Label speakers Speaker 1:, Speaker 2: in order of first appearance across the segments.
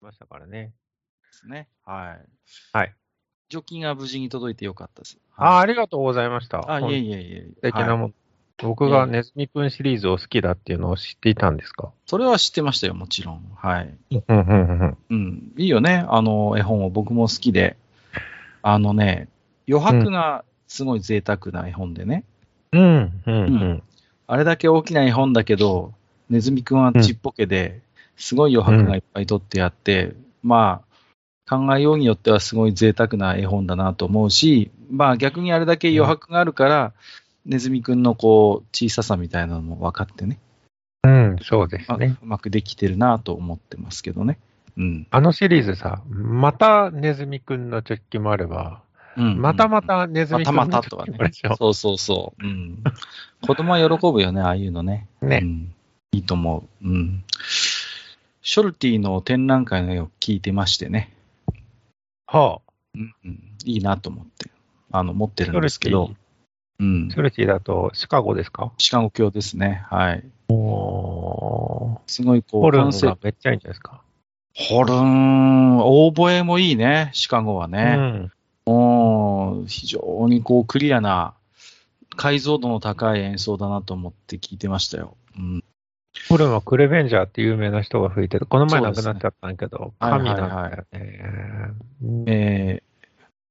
Speaker 1: ましたからね。
Speaker 2: ですね。はい。
Speaker 1: はい。
Speaker 2: 除菌が無事に届いてよかったです。
Speaker 1: あーあ
Speaker 2: れ
Speaker 1: りがとうございました。
Speaker 2: あ、いえ
Speaker 1: え。
Speaker 2: いえいえ。
Speaker 1: 素敵なも
Speaker 2: はい
Speaker 1: の、僕がネズミくんシリーズを好きだっていうのを知っていたんですか
Speaker 2: それは知ってましたよ、もちろん。はい。
Speaker 1: うんうんうんうん。
Speaker 2: うん。いいよね。あの、絵本も僕も好きで。あのね、余白がすごい贅沢な絵本でね。
Speaker 1: うんうんうん。
Speaker 2: あれだけ大きな絵本だけど、ネズミくんはちっぽけで、すごい余白がいっぱい取ってあって、まあ、考えようによってはすごい贅沢な絵本だなと思うし、まあ逆にあれだけ余白があるから、ネズミくんのこう、小ささみたいなのも分かってね、
Speaker 1: うん、そうです
Speaker 2: まあ
Speaker 1: ね。
Speaker 2: うまくできてるなと思ってますけどね。うん。
Speaker 1: あのシリーズさ、またネズミくんの直球もあれば、
Speaker 2: うん
Speaker 1: またまたネズ
Speaker 2: ま
Speaker 1: ミく
Speaker 2: た
Speaker 1: んの
Speaker 2: また
Speaker 1: 直
Speaker 2: と
Speaker 1: 球も
Speaker 2: かね
Speaker 1: あるでし。ょ。
Speaker 2: そうそうそう。うん。子供は喜ぶよね、ああいうのね。
Speaker 1: ね
Speaker 2: うん。いいと思う。うん。ショルティの展覧会の絵を聞いてましてね。
Speaker 1: はあ。
Speaker 2: うん。うんいいなと思って。あの、持って
Speaker 1: シ
Speaker 2: る
Speaker 1: ョ
Speaker 2: んで
Speaker 1: ル
Speaker 2: す
Speaker 1: テ
Speaker 2: けど
Speaker 1: ィ。、
Speaker 2: うん
Speaker 1: シ。ョルティだとシカゴですか
Speaker 2: シカゴ教ですね。はい。
Speaker 1: おー。
Speaker 2: すごいこ
Speaker 1: ホ
Speaker 2: う、
Speaker 1: ルン
Speaker 2: 感性
Speaker 1: がめっちゃいいんじゃないですか。
Speaker 2: ホルン、オーボエもいいね、シカゴはね。うん。非常にこう、クリアな、解像度の高い演奏だなと思って聞いてましたよ。うん。
Speaker 1: ホルンはクレベンジャーって有名な人が吹いてる。この前亡くなっちゃったんだけど、
Speaker 2: そうです
Speaker 1: 神
Speaker 2: ね
Speaker 1: なんだよね。
Speaker 2: えー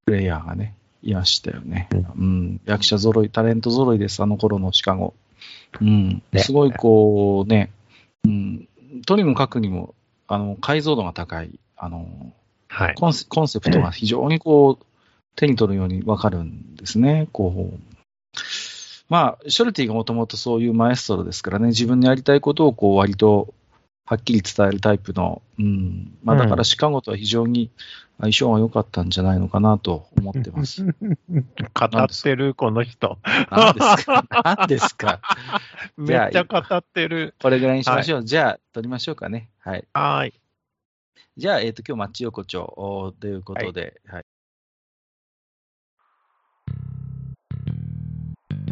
Speaker 2: プレイヤーがね、いましたよね。うん、役者揃い、タレント揃いです、あの頃のシカゴ。うん、
Speaker 1: ね
Speaker 2: すごいこうね、うん、とにもかくにも、あの、解像度が高い、あの、
Speaker 1: はい。
Speaker 2: コンセコンセプトが非常にこう、手に取るようにわかるんですね、こう。まあ、ショルティがもともとそういうマエストロですからね、自分のやりたいことをこう割とはっきり伝えるタイプの、うん。まあ、だ
Speaker 1: う
Speaker 2: か
Speaker 1: ん
Speaker 2: らシカゴとは非常に相性が良かったんじゃないのかなと思って ます。
Speaker 1: 語ってる、この 人。
Speaker 2: 何ですか何ですか
Speaker 1: めっちゃ語ってる。
Speaker 2: これぐらいにしましょう。じゃあ、撮りましょうかね。はい。
Speaker 1: はーい。
Speaker 2: じゃあ、えっ、と、今日、マッチ横丁おーということで、はい。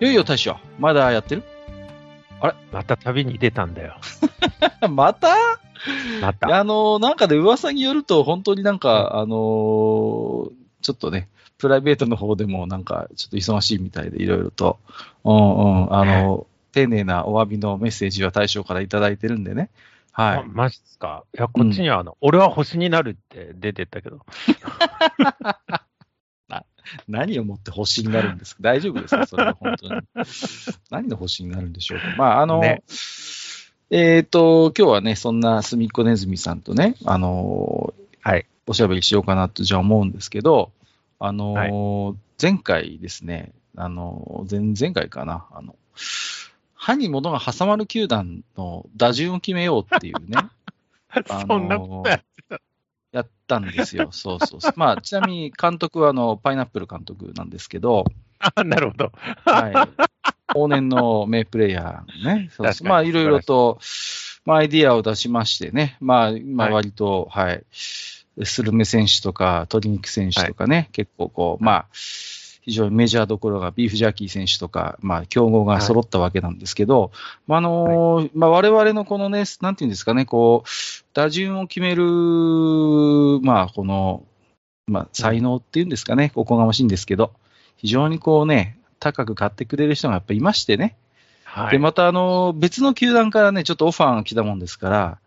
Speaker 2: いよいよ大将まだやってる
Speaker 1: また旅に出たんだよ。
Speaker 2: また
Speaker 1: また。
Speaker 2: あのなんかで噂によると、本当になんか、あのーちょっとね、プライベートの方でもなんか、ちょっと忙しいみたいで、いろいろと、うんうん、あの丁寧なお詫びのメッセージは大将からいただいてるんでね。は
Speaker 1: あ
Speaker 2: い。
Speaker 1: マジっすか。いや、こっちにはあの、俺は星になるって出てったけど。
Speaker 2: 何をもって星になる んですか大丈夫ですかそれは本当に。 何の星になるんでしょうかまあ、あの、
Speaker 1: ね
Speaker 2: えっ、と、今日はね、そんなすみっこねずみさんとね、あの
Speaker 1: はい。
Speaker 2: おしゃべりしようかなとじゃあ思うんですけど、あのー前回ですね、あのー前前回かな、あの、歯に物が挟まる球団の打順を決めようっていうね、 あのー
Speaker 1: そんなことや。
Speaker 2: やったんですよ。そうそうそう。まあ、ちなみに監督はあの、パイナップル監督なんですけど、
Speaker 1: あ、なるほど。
Speaker 2: はい。 往年の名プレイヤーね。そう
Speaker 1: 確
Speaker 2: そ
Speaker 1: かに
Speaker 2: うまあ、いろいろと、まあ、アイディアを出しましてね。まあ、今、
Speaker 1: はい
Speaker 2: 割と、はい、スルメ選手とか、鶏肉選手とかね、結構こう、まあ、非常にメジャーどころが、ビーフジャーキー選手とか、まあ、競合が揃ったわけなんですけど、まあ、あのーまあ、我々のこのね、なんていうんですかね、こう、打順を決める、まあ、この、まあ、才能っていうんですかね、おこがましいんですけど、非常にこうね、高く買ってくれる人がやっぱいましてね。
Speaker 1: は
Speaker 2: で、
Speaker 1: い。
Speaker 2: またあの、別の球団からね、ちょっとオファーが来たもんですから、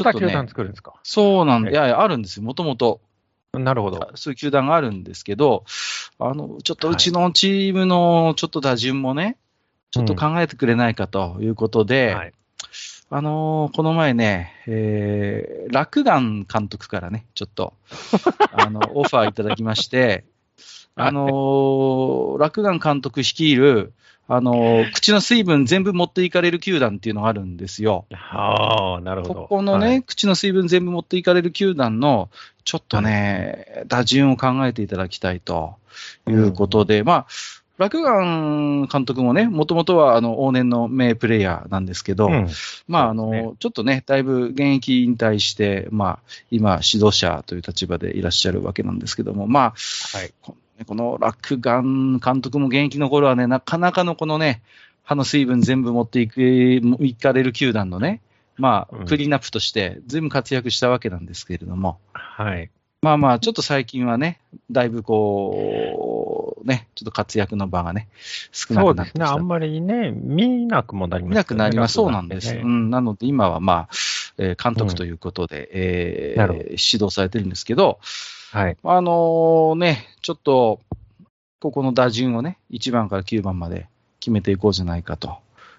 Speaker 1: ま
Speaker 2: 日ちょ
Speaker 1: た
Speaker 2: っと
Speaker 1: 球
Speaker 2: ね、
Speaker 1: 団作るんですか。
Speaker 2: そうなんだ、
Speaker 1: はい
Speaker 2: いやいや、あるんですよ、もともと。
Speaker 1: なるほど。
Speaker 2: そういう球団があるんですけど、あの、ちょっとうちのチームのちょっと打順もね、ちょっと考えてくれないかということで、
Speaker 1: はい。
Speaker 2: あのーこの前ね、えー、ラクガン監督からね、ちょっ と、あの、オファーいただきまして、あのーラクガン監督率いる、あの、口の水分全部持っていかれる球団っていうのがあるんですよ。
Speaker 1: ああ、なるほど。
Speaker 2: ここのね、
Speaker 1: はい
Speaker 2: 口の水分全部持っていかれる球団の、ちょっとね、打順を考えていただきたいということで、まあ、楽眼監督もね、もともとはあの往年の名プレイヤーなんですけど、
Speaker 1: うん
Speaker 2: まあ、あ
Speaker 1: そう
Speaker 2: の、
Speaker 1: ですね
Speaker 2: ちょっとね、だいぶ現役引退して、まあ、今、指導者という立場でいらっしゃるわけなんですけども、まあ、
Speaker 1: はい
Speaker 2: ここの楽眼監督も現役の頃はね、なかなかのこのね、歯の水分全部持っていく、いかれる球団のね、ま
Speaker 1: う
Speaker 2: あ
Speaker 1: ん、
Speaker 2: クリーンアップとして、ずいぶん活躍したわけなんですけれども、
Speaker 1: はい。
Speaker 2: まあまあ、ちょっと最近はね、だいぶこう、ね、ちょっと活躍の場がね、少な
Speaker 1: そ
Speaker 2: く
Speaker 1: う
Speaker 2: な
Speaker 1: です
Speaker 2: ってき
Speaker 1: ね。
Speaker 2: た
Speaker 1: あんまりね、見なくもなり
Speaker 2: 見
Speaker 1: ま
Speaker 2: な
Speaker 1: す
Speaker 2: く
Speaker 1: よね
Speaker 2: なります。そうなん
Speaker 1: 楽
Speaker 2: で
Speaker 1: 眼
Speaker 2: す。
Speaker 1: ね
Speaker 2: うん、なので今はまあ、えー監督ということで、えー
Speaker 1: なるほど
Speaker 2: 指導されてるんですけど、
Speaker 1: はい。
Speaker 2: あのーね、ちょっと、ここの打順をね、1番から9番まで決めていこうじゃないかと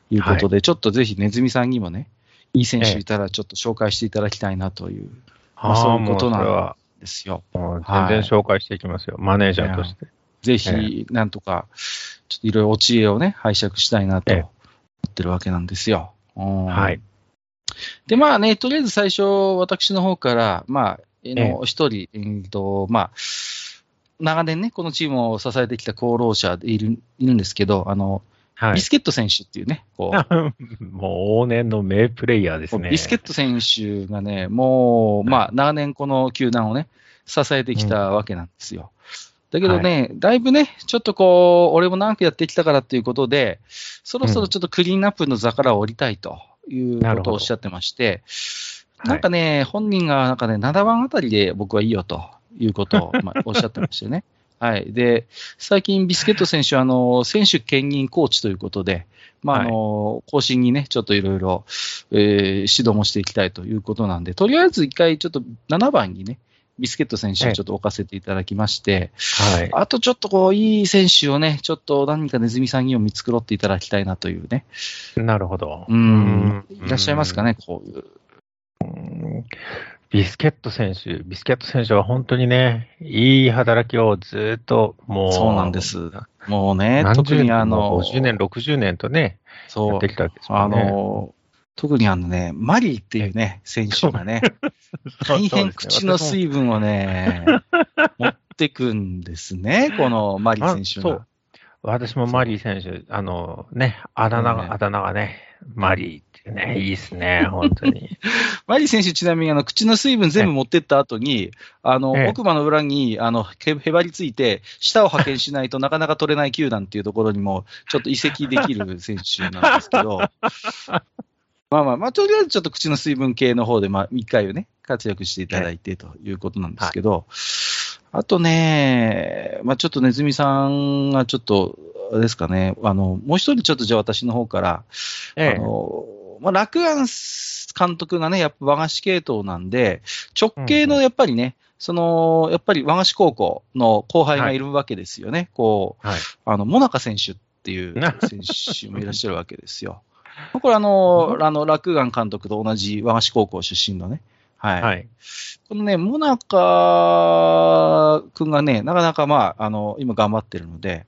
Speaker 2: いうことで、ちょっとぜひネズミさんにもね、いい選手いたらちょっと紹介していただきたいなというま
Speaker 1: ー
Speaker 2: あそういうことなん
Speaker 1: もそれは
Speaker 2: ですよ。
Speaker 1: もう全然紹介していきますよ。マネージャーとして。
Speaker 2: ぜひ、なんとか、ちょっといろいろお知恵をね、拝借したいなと
Speaker 1: ええ
Speaker 2: 思ってるわけなんですよ。うん
Speaker 1: はい。
Speaker 2: で、まあね、とりあえず最初、私の方から、まあ、えー
Speaker 1: え
Speaker 2: の、一人、えーと、まあ、長年ね、このチームを支えてきた功労者でいるいるんですけど、あの、
Speaker 1: は
Speaker 2: ビ
Speaker 1: い。
Speaker 2: スケット選手っていうね、こう、
Speaker 1: もう往年の名プレイヤーです
Speaker 2: も
Speaker 1: ね。
Speaker 2: うビスケット選手がね、もう、まあ、長年この球団をね、支えてきたわけなんですよ。だけどね、だいぶね、ちょっとこう、俺も長くやってきたからっていうことで、そろそろちょっとクリーンアップの座から降りたいという
Speaker 1: な
Speaker 2: こ
Speaker 1: る
Speaker 2: と
Speaker 1: ほど
Speaker 2: をおっしゃってまして、
Speaker 1: はい
Speaker 2: なんかね、本人がなんかね、7番あたりで僕はいいよとい うことを、まあ、おっしゃってましてね。はい。で、最近ビスケット選手は、あの、選手兼任コーチということで、まあ、あ
Speaker 1: はい
Speaker 2: の、更新にね、ちょっといろいろ、えー指導もしていきたいということなんで、とりあえず一回ちょっと7番にね、ビスケット選手をちょっと置かせていただきまして、
Speaker 1: はい。
Speaker 2: あとちょっとこう、いい選手をね、ちょっと何かネズミさんにも見繕っていただきたいなというね。
Speaker 1: なるほど。
Speaker 2: うん。
Speaker 1: うん
Speaker 2: いらっしゃいますかね、こういう。
Speaker 1: ビスケット選手、ビスケット選手は本当にね、いい働きをずっともう、
Speaker 2: そうなんで。す。もうね、
Speaker 1: 何
Speaker 2: 特
Speaker 1: 十
Speaker 2: にあ
Speaker 1: 年
Speaker 2: の
Speaker 1: も、50年、60年とね、や
Speaker 2: そ
Speaker 1: っ
Speaker 2: う
Speaker 1: て、きたわけです
Speaker 2: あ
Speaker 1: もんね。
Speaker 2: の、特にあのね、マリーっていうね、選手がね、
Speaker 1: そう
Speaker 2: 大
Speaker 1: そう
Speaker 2: 変
Speaker 1: ですね
Speaker 2: 口の水分をね、持ってくんですね、このマリー選手
Speaker 1: あそ
Speaker 2: が
Speaker 1: う。私もマリー選手、あのね、あだ名
Speaker 2: そう
Speaker 1: が、
Speaker 2: ね
Speaker 1: あだ名がね、マリーってね、いいっすね、本当 に。
Speaker 2: マリー選手、ちなみにあの口の水分全部持ってった後に、あの
Speaker 1: ええ
Speaker 2: 奥歯の裏にあのへへばりついて、舌を派遣しないとな かなか取れない球団っていうところにも、ちょっと移籍できる選手なんです けど、まあまあ、まあ、とりあえずちょっと口の水分系の方で、まあ、一回をね、活躍していただいてということなんですけど、あとね、まあ、ちょっとネズミさんがちょっと、あれですかね、あのもう一人、ちょっとじゃあ私の方から、
Speaker 1: え
Speaker 2: あ
Speaker 1: え、
Speaker 2: のまあ、楽安監督がね、やっぱ和菓子系統なんで、直系のやっぱりね、そのやっぱり和菓子高校の後輩がいるわけですよね、こう
Speaker 1: はい
Speaker 2: あのモナカ選手っていう
Speaker 1: な
Speaker 2: 選手もいらっしゃるわけで すよ。これあの、あの楽眼監督と同じ和菓子高校出身のね、はい
Speaker 1: はい。
Speaker 2: このね、モナカ君がね、なかなかまあ、あの今頑張ってるので、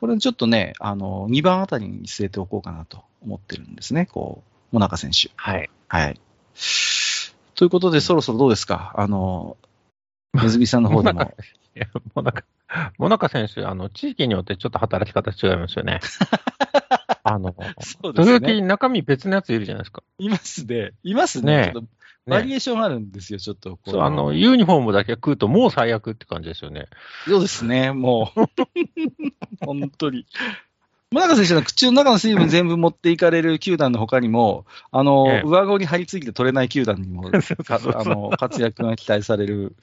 Speaker 2: これちょっとね、あの2番あたりに据えておこうかなと思ってるんですね、こう、モナカ選手。
Speaker 1: はい。
Speaker 2: はい。ということで、そろそろどうですかあの、ネズミさんの方で も。
Speaker 1: いやもうなんか、モナカ選手、あの、地域によってちょっと働き方違いますよ ね。あの、
Speaker 2: そうで
Speaker 1: 時
Speaker 2: す
Speaker 1: 々
Speaker 2: ね。
Speaker 1: 中身別のやついるじゃないですか。
Speaker 2: いますね。いますね。
Speaker 1: ね
Speaker 2: ちょっとバリ
Speaker 1: ね。
Speaker 2: エーションあるんですよ、ちょっとこう。
Speaker 1: そう、あの、ユニフォームだけ食うともう最悪って感じです よね。
Speaker 2: そうですね、も う。本当に。真中選手の口の中の水分全部持っていかれる球団の他にも、あの、
Speaker 1: ええ
Speaker 2: 上顎に張り付いて取れない球団 にも、
Speaker 1: そう
Speaker 2: かあの、活躍が期待される。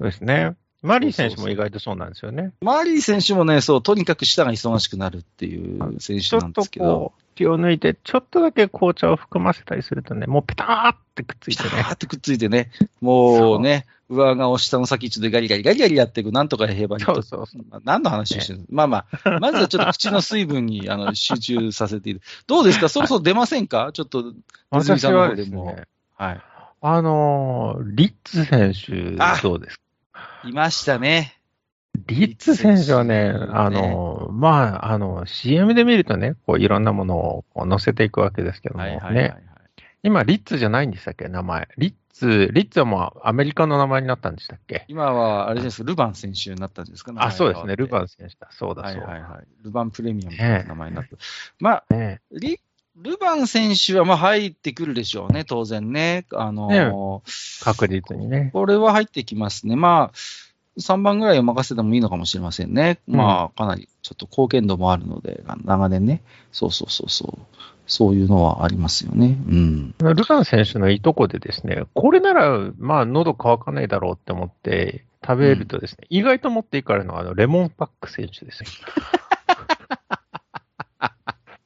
Speaker 1: ですね。マリー選手も意外とそうなんですよね。
Speaker 2: マーリー選手もね、そう、とにかく舌が忙しくなるっていう選
Speaker 1: ち
Speaker 2: 手
Speaker 1: ょ
Speaker 2: なん
Speaker 1: っ
Speaker 2: で
Speaker 1: と
Speaker 2: すけど
Speaker 1: こ、う、気を抜いて、ちょっとだけ紅茶を含ませたりするとね、もうペターってくっつ
Speaker 2: ピ
Speaker 1: いて
Speaker 2: タ
Speaker 1: ね。
Speaker 2: ーってくっついてね、もうね、上顎を下の先ちょっとガリガリガリガリやっていく、なんとかへばり
Speaker 1: そ
Speaker 2: と
Speaker 1: うそうそう。
Speaker 2: まあ何の話をしてるの、まあまあ、まずはちょっと口の水分にあの 集中させている。どうですかそろそろ出ませんか、ちょっと、泉
Speaker 1: 私
Speaker 2: さんの
Speaker 1: は
Speaker 2: 方
Speaker 1: で
Speaker 2: ですも
Speaker 1: ね、
Speaker 2: はい。
Speaker 1: あのーリッツ選手
Speaker 2: あ、
Speaker 1: どうですか
Speaker 2: いましたね。
Speaker 1: リッツ選手はね、あの、まあ、あの、CM で見るとね、こういろんなものをこう載せていくわけですけども、
Speaker 2: はいはいはい
Speaker 1: ね、
Speaker 2: はい。
Speaker 1: 今、リッツじゃないんでしたっけ、名前。リッツ、リッツはもうアメリカの名前になったんでしたっけ
Speaker 2: 今は、あれです、ルヴァン選手になったんですか
Speaker 1: あ、そうですね、ルヴ
Speaker 2: ン。
Speaker 1: ァン選手だ。そうだ、
Speaker 2: はい
Speaker 1: そう
Speaker 2: はい
Speaker 1: だ。
Speaker 2: はい。ルヴァンプレミアム
Speaker 1: ね
Speaker 2: の名前になった。まあ、
Speaker 1: ね
Speaker 2: リルヴァン選手はまあ入ってくるでしょうね、当然ね。あのー
Speaker 1: 確実にね。
Speaker 2: これは入ってきますね。まあ、3番ぐらいを任せてもいいのかもしれませんね。まあ、かなりちょっと貢献度もあるので、あ長年ね。そうそうそうそう。そういうのはありますよね。うん。
Speaker 1: ルカン選手のいとこでですね、これなら、まあ、喉乾かないだろうって思って食べるとですね、意外と持っていかれるのは、あの、レモンパック選手です よ。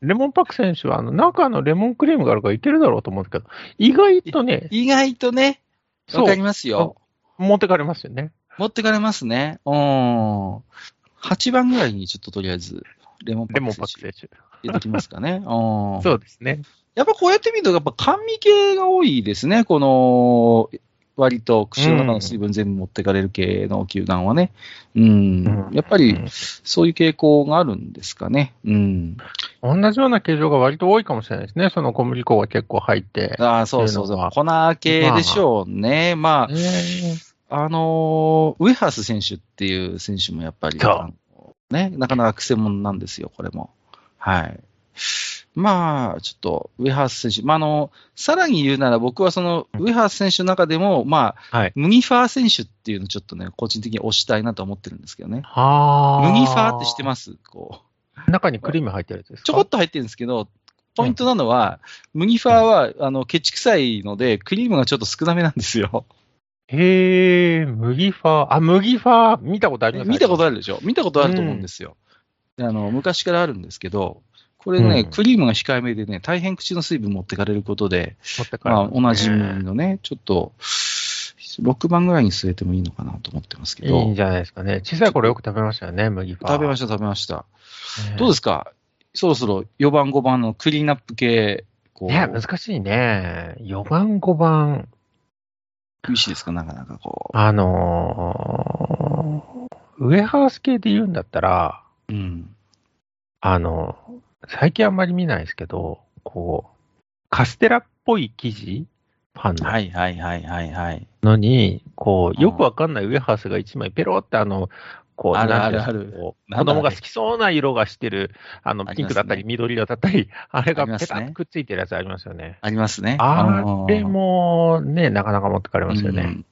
Speaker 1: レモンパック選手は、あの、中のレモンクリームがあるからいけるだろうと思うんですけど、意外とね、
Speaker 2: 意外とね、わ
Speaker 1: そ
Speaker 2: か
Speaker 1: う
Speaker 2: り、ますよ。
Speaker 1: 持ってかれますよね。
Speaker 2: 持ってかれますね。うん。8番ぐらいにちょっととりあえず、レモンパ
Speaker 1: レ
Speaker 2: ッ
Speaker 1: モン
Speaker 2: ク
Speaker 1: パック
Speaker 2: 選
Speaker 1: 選手。
Speaker 2: 手入れてきますかね。うん。
Speaker 1: そうですね。
Speaker 2: やっぱこうやって見ると、やっぱ甘味系が多いですね、この、割と口の中の水分全部持ってかれる系の球団はね。うん。
Speaker 1: うん
Speaker 2: やっぱり
Speaker 1: うん、
Speaker 2: そういう傾向があるんですかね。うん。
Speaker 1: 同じような形状が割と多いかもしれないですね。その小麦粉が結構入って。
Speaker 2: ああ、そうそうそう。粉系でしょうね。ま
Speaker 1: ね
Speaker 2: あ、あのーウェハース選手っていう選手もやっぱり、
Speaker 1: そう
Speaker 2: あのね、なかなかくせ者なんですよ、これも。はい。まあ、ちょっと、ウェハース選手、まあ、あの、さらに言うなら僕はその、ウェハース選手の中でも、まあ、
Speaker 1: はい。
Speaker 2: ムギファー選手っていうのをちょっとね、個人的に推したいなと思ってるんですけどね。
Speaker 1: はあ。
Speaker 2: ムギファーって知ってますこう。
Speaker 1: 中にクリーム入ってるやつですか
Speaker 2: ちょこっと入ってるんですけど、ポイントなのは、ムギファーは、あの、ケチ臭いので、クリームがちょっと少なめなんですよ。
Speaker 1: へえ、麦ファー。あ、麦ファー、見たことあります
Speaker 2: 見たことあ
Speaker 1: る。
Speaker 2: るでしょ見たことあると思うんですよ。あの、昔からあるんですけど、これね、
Speaker 1: うん
Speaker 2: クリームが控えめでね、大変口の水分持ってかれることで、
Speaker 1: 持って帰る
Speaker 2: まあ、おなじみ
Speaker 1: ね
Speaker 2: のね、ちょっと、6番ぐらいに据えてもいいのかなと思ってますけ
Speaker 1: いいん
Speaker 2: ど、
Speaker 1: じゃないですかね。小さい頃よく食べましたよね、麦ファー。
Speaker 2: 食べま
Speaker 1: し
Speaker 2: した、食べました。
Speaker 1: た
Speaker 2: どうですすか、そろそろ4番、5番のクリーンアップ系、こう、
Speaker 1: ね、難しいね。4番、5番。
Speaker 2: 厳しいですか、なかなかこ
Speaker 1: あのー、ウェハース系で言うんだったら、
Speaker 2: う。うん。
Speaker 1: あの、最近あんまり見ないですけど、こう、カステラっぽい生地パンの
Speaker 2: はいはいはいはいはい。
Speaker 1: のに、こ
Speaker 2: う
Speaker 1: う、
Speaker 2: ん
Speaker 1: よくわかんないウエハースが一枚ペロってあの、こう、
Speaker 2: ある
Speaker 1: なんていうんですか
Speaker 2: あるある
Speaker 1: こう
Speaker 2: な
Speaker 1: 子
Speaker 2: んだあれ
Speaker 1: 供が好きそうな色がしてる、あの、
Speaker 2: ありますね
Speaker 1: ピンクだったり緑だったり、あれ
Speaker 2: あ
Speaker 1: が
Speaker 2: ります
Speaker 1: ペ
Speaker 2: ね
Speaker 1: タッとくっついてるやつありますよね。
Speaker 2: ありますね。
Speaker 1: あれ
Speaker 2: のー
Speaker 1: もね、なかなか持ってかれますよ
Speaker 2: う
Speaker 1: ね。
Speaker 2: ん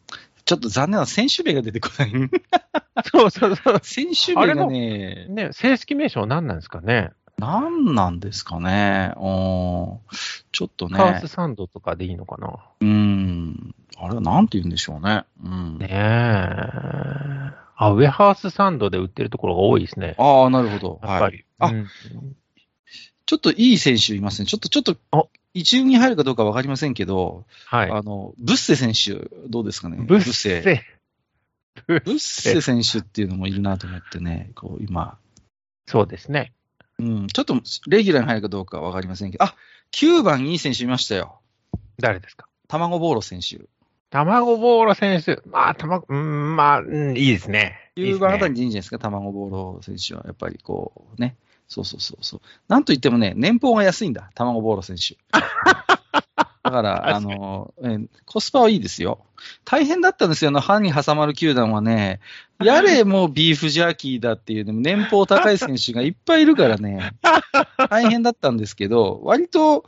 Speaker 2: ちょっと残念な選手名が出てこない。
Speaker 1: そうそうそう。
Speaker 2: 選手名がね、
Speaker 1: ね、正式名称何なんですかね。
Speaker 2: 何なんですかね。うんちょっと
Speaker 1: カー
Speaker 2: ね
Speaker 1: ス、サンドとかでいいのかな。
Speaker 2: うん。あれはなんて言うんでしょうね。うん
Speaker 1: ねえ。あ、ウェハースサンドで売ってるところが多いですね。
Speaker 2: ああ、なるほど。
Speaker 1: やっぱ
Speaker 2: はい。
Speaker 1: り。
Speaker 2: あ
Speaker 1: うん
Speaker 2: ちょっといい選手いますね。ちょっと、ちょっと
Speaker 1: あ、
Speaker 2: 一軍に入るかどうかわかりませんけど、
Speaker 1: はい。
Speaker 2: あの、ブッセ選手、どうですかね。
Speaker 1: ブッセ。
Speaker 2: ブッセ選手っていうのもいるなと思ってね、こう今、
Speaker 1: そうですね。
Speaker 2: うん、ちょっとレギュラーに入るかどうかわかりませんけど、あ9番にいい選手いましたよ。
Speaker 1: 誰ですか
Speaker 2: 卵ボーロ選手。
Speaker 1: 卵ボーロ選手。まあ、卵、うん、まあ、うん、いいですね。いいで
Speaker 2: 9
Speaker 1: すね
Speaker 2: 番あたりでいいんじゃないですか、卵ボーロ選手は。やっぱりこうね。そうそうそうそう。なんといってもね、年俸が安いんだ、卵ボーロ選手。だから、あ
Speaker 1: 確かに
Speaker 2: の、えコスパはいいですよ。大変だったんですよ、あの、歯に挟まる球団はね。 やれ、もうビーフジャーキーだっていう、でも年俸高い選手がいっぱいいるから ね。大変だったんですけど、割と、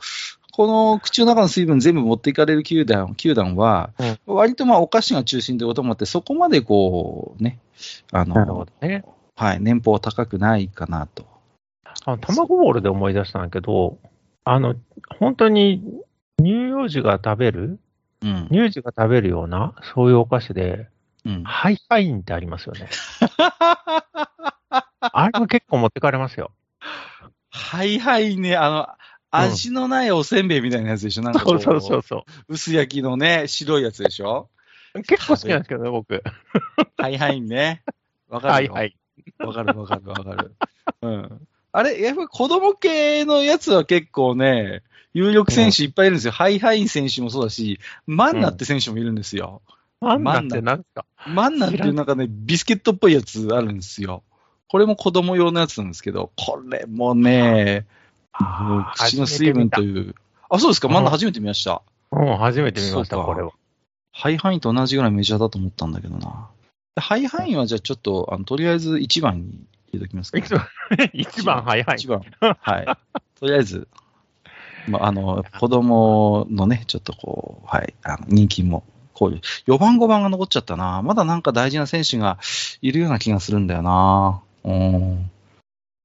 Speaker 2: この口の中の水分全部持っていかれる球団球団は、割とまあお菓子が中心ということもあって、そこまでこう、ね、あ
Speaker 1: なるほ
Speaker 2: の、
Speaker 1: どね。
Speaker 2: はい、年俸は高くないかなと。
Speaker 1: あの卵ボーロで思い出したんだけど、あの、本当に乳幼児が食べる
Speaker 2: うん。
Speaker 1: 乳児が食べるような、そういうお菓子で、
Speaker 2: うん、
Speaker 1: ハイハインってありますよ ね。あれも結構持ってかれますよ。
Speaker 2: はいはいね、あの、味のないおせんべいみたいなやつでしょ、なんかこ
Speaker 1: そううそうそうそう。
Speaker 2: 薄焼きのね、白いやつでしょ。
Speaker 1: 結構好きなんですけどね、僕。
Speaker 2: はいはいね。わか
Speaker 1: は
Speaker 2: る
Speaker 1: い
Speaker 2: よ。
Speaker 1: はい。
Speaker 2: わかるわかるわかる。うん。あれ、やっぱり子供系のやつは結構ね、有力選手いっぱいいるんですよ。ハイハイン選手もそうだし、マンナって選手もいるんですよ。
Speaker 1: マンナって何ですか
Speaker 2: マンナっていうなんかね、ビスケットっぽいやつあるんですよ。これも子供用のやつなんですけど、これもね、もう口の水分という。あ、そうですか、マンナ初めて見ました。
Speaker 1: うん、初めて見ました、
Speaker 2: そうか
Speaker 1: これは。
Speaker 2: ハイハインと同じぐらいメジャーだと思ったんだけどな。でハイハインはじゃあちょっと、あのとりあえず1番に入れときますか。
Speaker 1: 一番、一番早い。
Speaker 2: 一番。 はい。とりあえず、まあ、あの、子供のね、ちょっとこう、はい、あの人気も考慮。4番、5番が残っちゃったな。まだなんか大事な選手がいるような気がするんだよな。うん。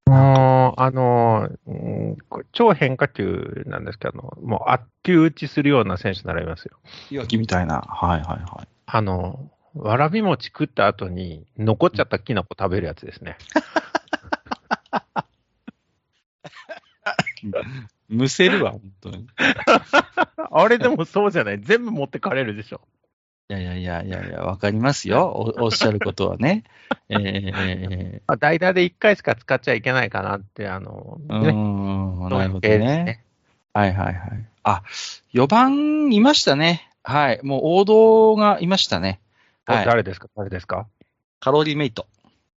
Speaker 1: もう、あの、うんこれ超変化球なんですけど、あのもう、あっきゅう打ちするような選手ならいますよ。
Speaker 2: 岩木みたいな。はいはいはい。
Speaker 1: あの、わらび餅食った後に、残っちゃったきな粉食べるやつですね。
Speaker 2: むせるわ、本当に。い
Speaker 1: あれでもそうじゃない。全部持ってかれるでしょ。
Speaker 2: やいやいやいやいや、わかりますよ。おおっしゃることはね。えーえ
Speaker 1: まあ、代打で1回しか使っちゃいけないかなって、あの、
Speaker 2: ー、うー
Speaker 1: ね、
Speaker 2: ん、
Speaker 1: そう
Speaker 2: ないる
Speaker 1: う
Speaker 2: ほど
Speaker 1: 系です
Speaker 2: ね。。はいはいはい。あ、4番いましたね。はい。もう王道がいましたね。はい。
Speaker 1: 誰ですか誰ですか
Speaker 2: カロリーメイト。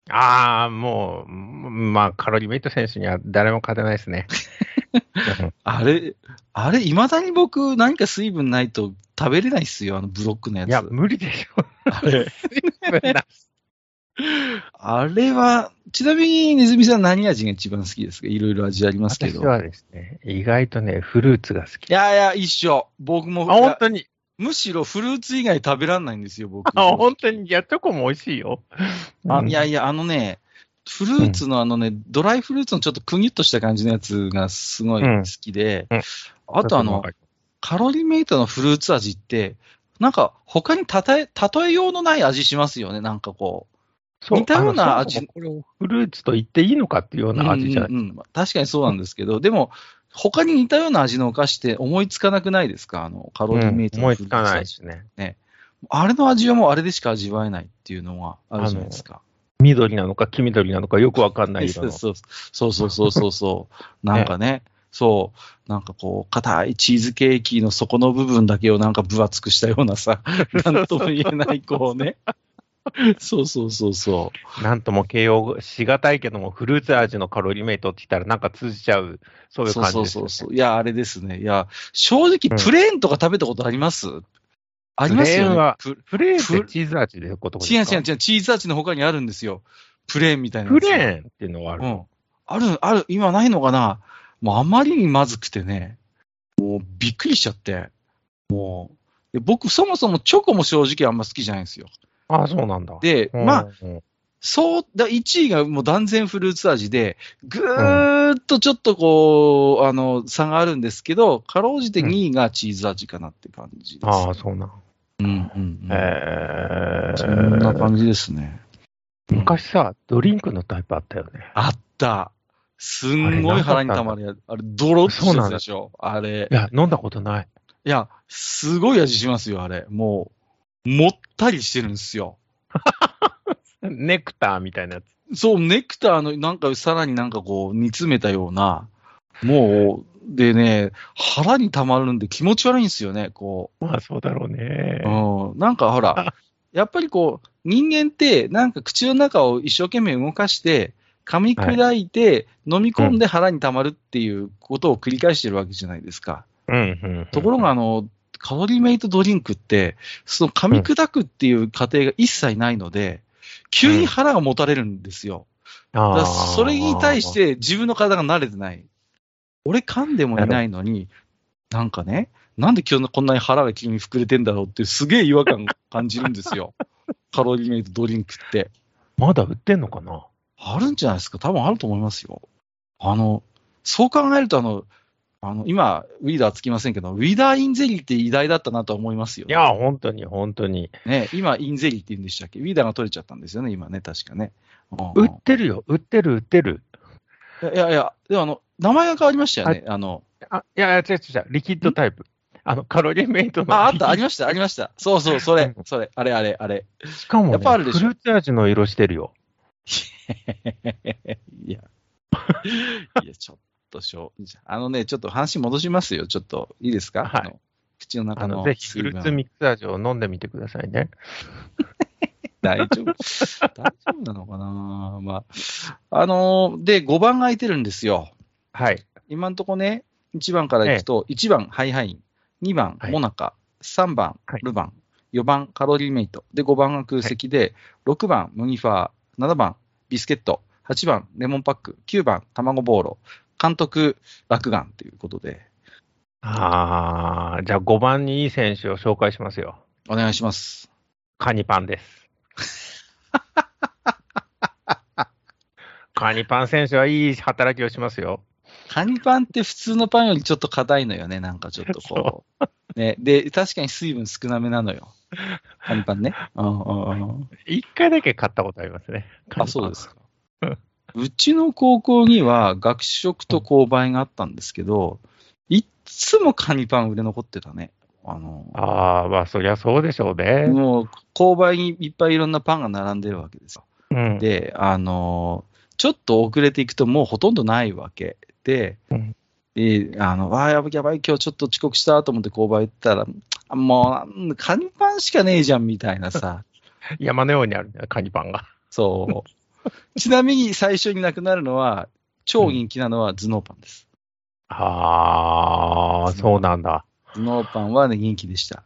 Speaker 1: ああ、もう、うんまあ、カロリーメイト選手には誰も勝てないですね。うん
Speaker 2: あれ、あれ、いまだに僕、何か水分ないと食べれないっすよ、あのブロックのやつ。
Speaker 1: いや、無理でし ょ。
Speaker 2: あれ
Speaker 1: 無理だ
Speaker 2: あれは、ちなみに、ネズミさん何味が一番好きですかいろいろ味ありますけ
Speaker 1: 私
Speaker 2: ど。
Speaker 1: はですね、意外とね、フルーツが好
Speaker 2: い
Speaker 1: き。あ、
Speaker 2: やいや、一緒。僕も、い
Speaker 1: 本
Speaker 2: や
Speaker 1: 当に、
Speaker 2: むしろフルーツ以外食べらんないんですよ、僕。
Speaker 1: あ、本当に、いや、チョコも美味しいよ。
Speaker 2: あ
Speaker 1: うん
Speaker 2: いやいや、あのね、フルーツのあのね、ドライフルーツのちょっとくにゅっとした感じのやつがすごい好きで、
Speaker 1: うんうん
Speaker 2: あとあの、カロリーメイトのフルーツ味って、なんか他にたたえ、例えようのない味しますよね、なんかこう。
Speaker 1: そう
Speaker 2: 似たような
Speaker 1: あのそもそ
Speaker 2: 味
Speaker 1: もこれをフルーツと言っていいのかっていうような味じゃない。
Speaker 2: うんうんうん確かにそうなんですけど、でも、他に似たような味のお菓子って思いつかなくないですかあの、カロリーメイト
Speaker 1: うん
Speaker 2: の
Speaker 1: 思い
Speaker 2: フル
Speaker 1: つ
Speaker 2: ーツ味。
Speaker 1: かないですね。
Speaker 2: あれの味はもうあれでしか味わえないっていうのがあるじゃないですか。
Speaker 1: 緑なのか黄緑なのかよくわかんない色
Speaker 2: そう
Speaker 1: の。
Speaker 2: そうそうそうそうそ うそう。なんかね、そう、なんかこう、硬いチーズケーキの底の部分だけをなんか分厚くしたよう なさ、なんとも言えないこうね。そうそうそうそ
Speaker 1: なんとも形容しがたいけども、フルーツ味のカロリーメイトって言ったらなんか通じちゃう、そう
Speaker 2: う。
Speaker 1: いう
Speaker 2: そう
Speaker 1: 感じ
Speaker 2: そ
Speaker 1: で
Speaker 2: う
Speaker 1: す
Speaker 2: そ
Speaker 1: よね、
Speaker 2: うそう。いや、あれですね。いや、正直、プレーンとか食べたことありますあります
Speaker 1: プレ
Speaker 2: よ、ね。
Speaker 1: ーンは
Speaker 2: プ
Speaker 1: プレーンってチーズ味でことです
Speaker 2: 違う
Speaker 1: か
Speaker 2: 違う違う、チーズ味の他にあるんですよ。プレーンみたいなや
Speaker 1: プ
Speaker 2: つ。
Speaker 1: レーンっていうのはある。
Speaker 2: うん。ある、ある、今ないのかなもうあまりにまずくてね、もうびっくりしちゃって、もう、で僕そもそもチョコも正直あんま好きじゃないんですよ。
Speaker 1: ああ、そうなんだ。
Speaker 2: で、
Speaker 1: うん、
Speaker 2: まあ、
Speaker 1: うん
Speaker 2: そう、だ1位がもう断然フルーツ味で、ぐーっとちょっとこう、あの、差があるんですけど、かろうじて
Speaker 1: うん
Speaker 2: 2位がチーズ味かなって感じです。
Speaker 1: ああ、そうなん。
Speaker 2: うんうんうん
Speaker 1: えー
Speaker 2: そんな感じですね。
Speaker 1: 昔さ、ドリンクのタイプあったよね。
Speaker 2: あった。すんごい腹に溜まるやつ。あれ、ドロッとしたやつでしょあれ
Speaker 1: い。や、飲んだことない。
Speaker 2: いや、すごい味しますよ、あれ。もう、もったりしてるんですよ。
Speaker 1: ネクターみたいなやつ。
Speaker 2: そう、ネクターの、なんか、さらになんかこう、煮詰めたような、もう、でね、腹に溜まるんで気持ち悪いんですよね、こ
Speaker 1: まあ、そうだろうね
Speaker 2: う。。うん。なんかほ ら、やっぱりこう、人間って、なんか口の中を一生懸命動かして、噛み砕いて、飲み込んで腹に溜まるっていうことを繰り返してるわけじゃないですか。
Speaker 1: うん、うんうん。
Speaker 2: ところが、あの、カロリーメイトドリンクって、その噛み砕くっていう過程が一切ないので、急に腹がもたれるんですよ。だ
Speaker 1: あー、
Speaker 2: からそれに対して自分の体が慣れてない。俺噛んでもいないのに、なんかね、なんで今日こんなに腹が急に膨れてんだろうってすげえ違和感感じるんで すよ。カロリーメイトドリンクって。
Speaker 1: まだ売ってんのかな
Speaker 2: あるんじゃないですか多分あると思いますよ。あの、そう考えるとあの、あの、今、ウィーダーつきませんけど、ウィーダーインゼリーって偉大だったなとは思いますよ、
Speaker 1: い
Speaker 2: ね。
Speaker 1: や、本当に、本当に。
Speaker 2: ね、今、インゼリーって言うんでしたっけウィーダーが取れちゃったんですよね、今ね、確かね。うん
Speaker 1: 売ってるよ、売ってる、売ってる。
Speaker 2: いやいや、でもあの、名前が変わりましたよね。あの、
Speaker 1: あ、いやいや、違う違う違う、リキッドタイプ。あの、カロリーメイトの。
Speaker 2: あ、あった、ありました、ありました。そうそう、それ
Speaker 1: う、
Speaker 2: それ、あれ、あれ、あれ。
Speaker 1: しかも、ね、
Speaker 2: やっぱあるでしょ
Speaker 1: フルーツ味の色してるよ。
Speaker 2: いや、いや、ちょっとしょう、あのね、ちょっと話戻しますよ、ちょっと、いいですか
Speaker 1: はい
Speaker 2: あの口の中
Speaker 1: あの
Speaker 2: の
Speaker 1: ぜひフルーツミックス味を飲んでみてくださいね。
Speaker 2: 大丈夫。大丈夫なのかなまあ。あのーで、5番が空いてるんですよ。
Speaker 1: はい。
Speaker 2: 今のとこね、1番から行くと、1番、ハイハイン、2番、
Speaker 1: はい
Speaker 2: モナカ、3番
Speaker 1: はい、
Speaker 2: ルバン、4番、カロリーメイト、で、5番が空席で、6番、ムニファー、7番、ビスケット、8番、レモンパック、9番、卵ボーロ、監督、落眼ということで、
Speaker 1: ああ、じゃあ5番にいい選手を紹介しますよ。
Speaker 2: お願いします。
Speaker 1: カニパン です。カニパン選手はいい働きをしますよ。
Speaker 2: カニパンって普通のパンよりちょっと硬いのよね、なんかちょっとこう。 ね、で、確かに水分少なめなのよ。カニパンね。うんうんうん
Speaker 1: 一回だけ買ったことありますね。
Speaker 2: あ、そうですか。うちの高校には学食と購買があったんですけど、いっつもカニパン売れ残ってたね。あの、
Speaker 1: ああ、まあそりゃそうでしょうね。
Speaker 2: もう購買にいっぱいいろんなパンが並んでるわけですよ。
Speaker 1: うん。
Speaker 2: で、あの、ちょっと遅れていくともうほとんどないわけで、
Speaker 1: うん
Speaker 2: であの、わあ、やばいやばい、今日ちょっと遅刻したと思って購買行ったら、あもう、カニパンしかねえじゃんみたい なさ、
Speaker 1: 山のようにあるんだよ、カニパンが。
Speaker 2: そう。ちなみに最初になくなるのは、超人気なのは頭脳パンです。
Speaker 1: ああ、そうなんだ。
Speaker 2: 頭脳パンはね、人気でした。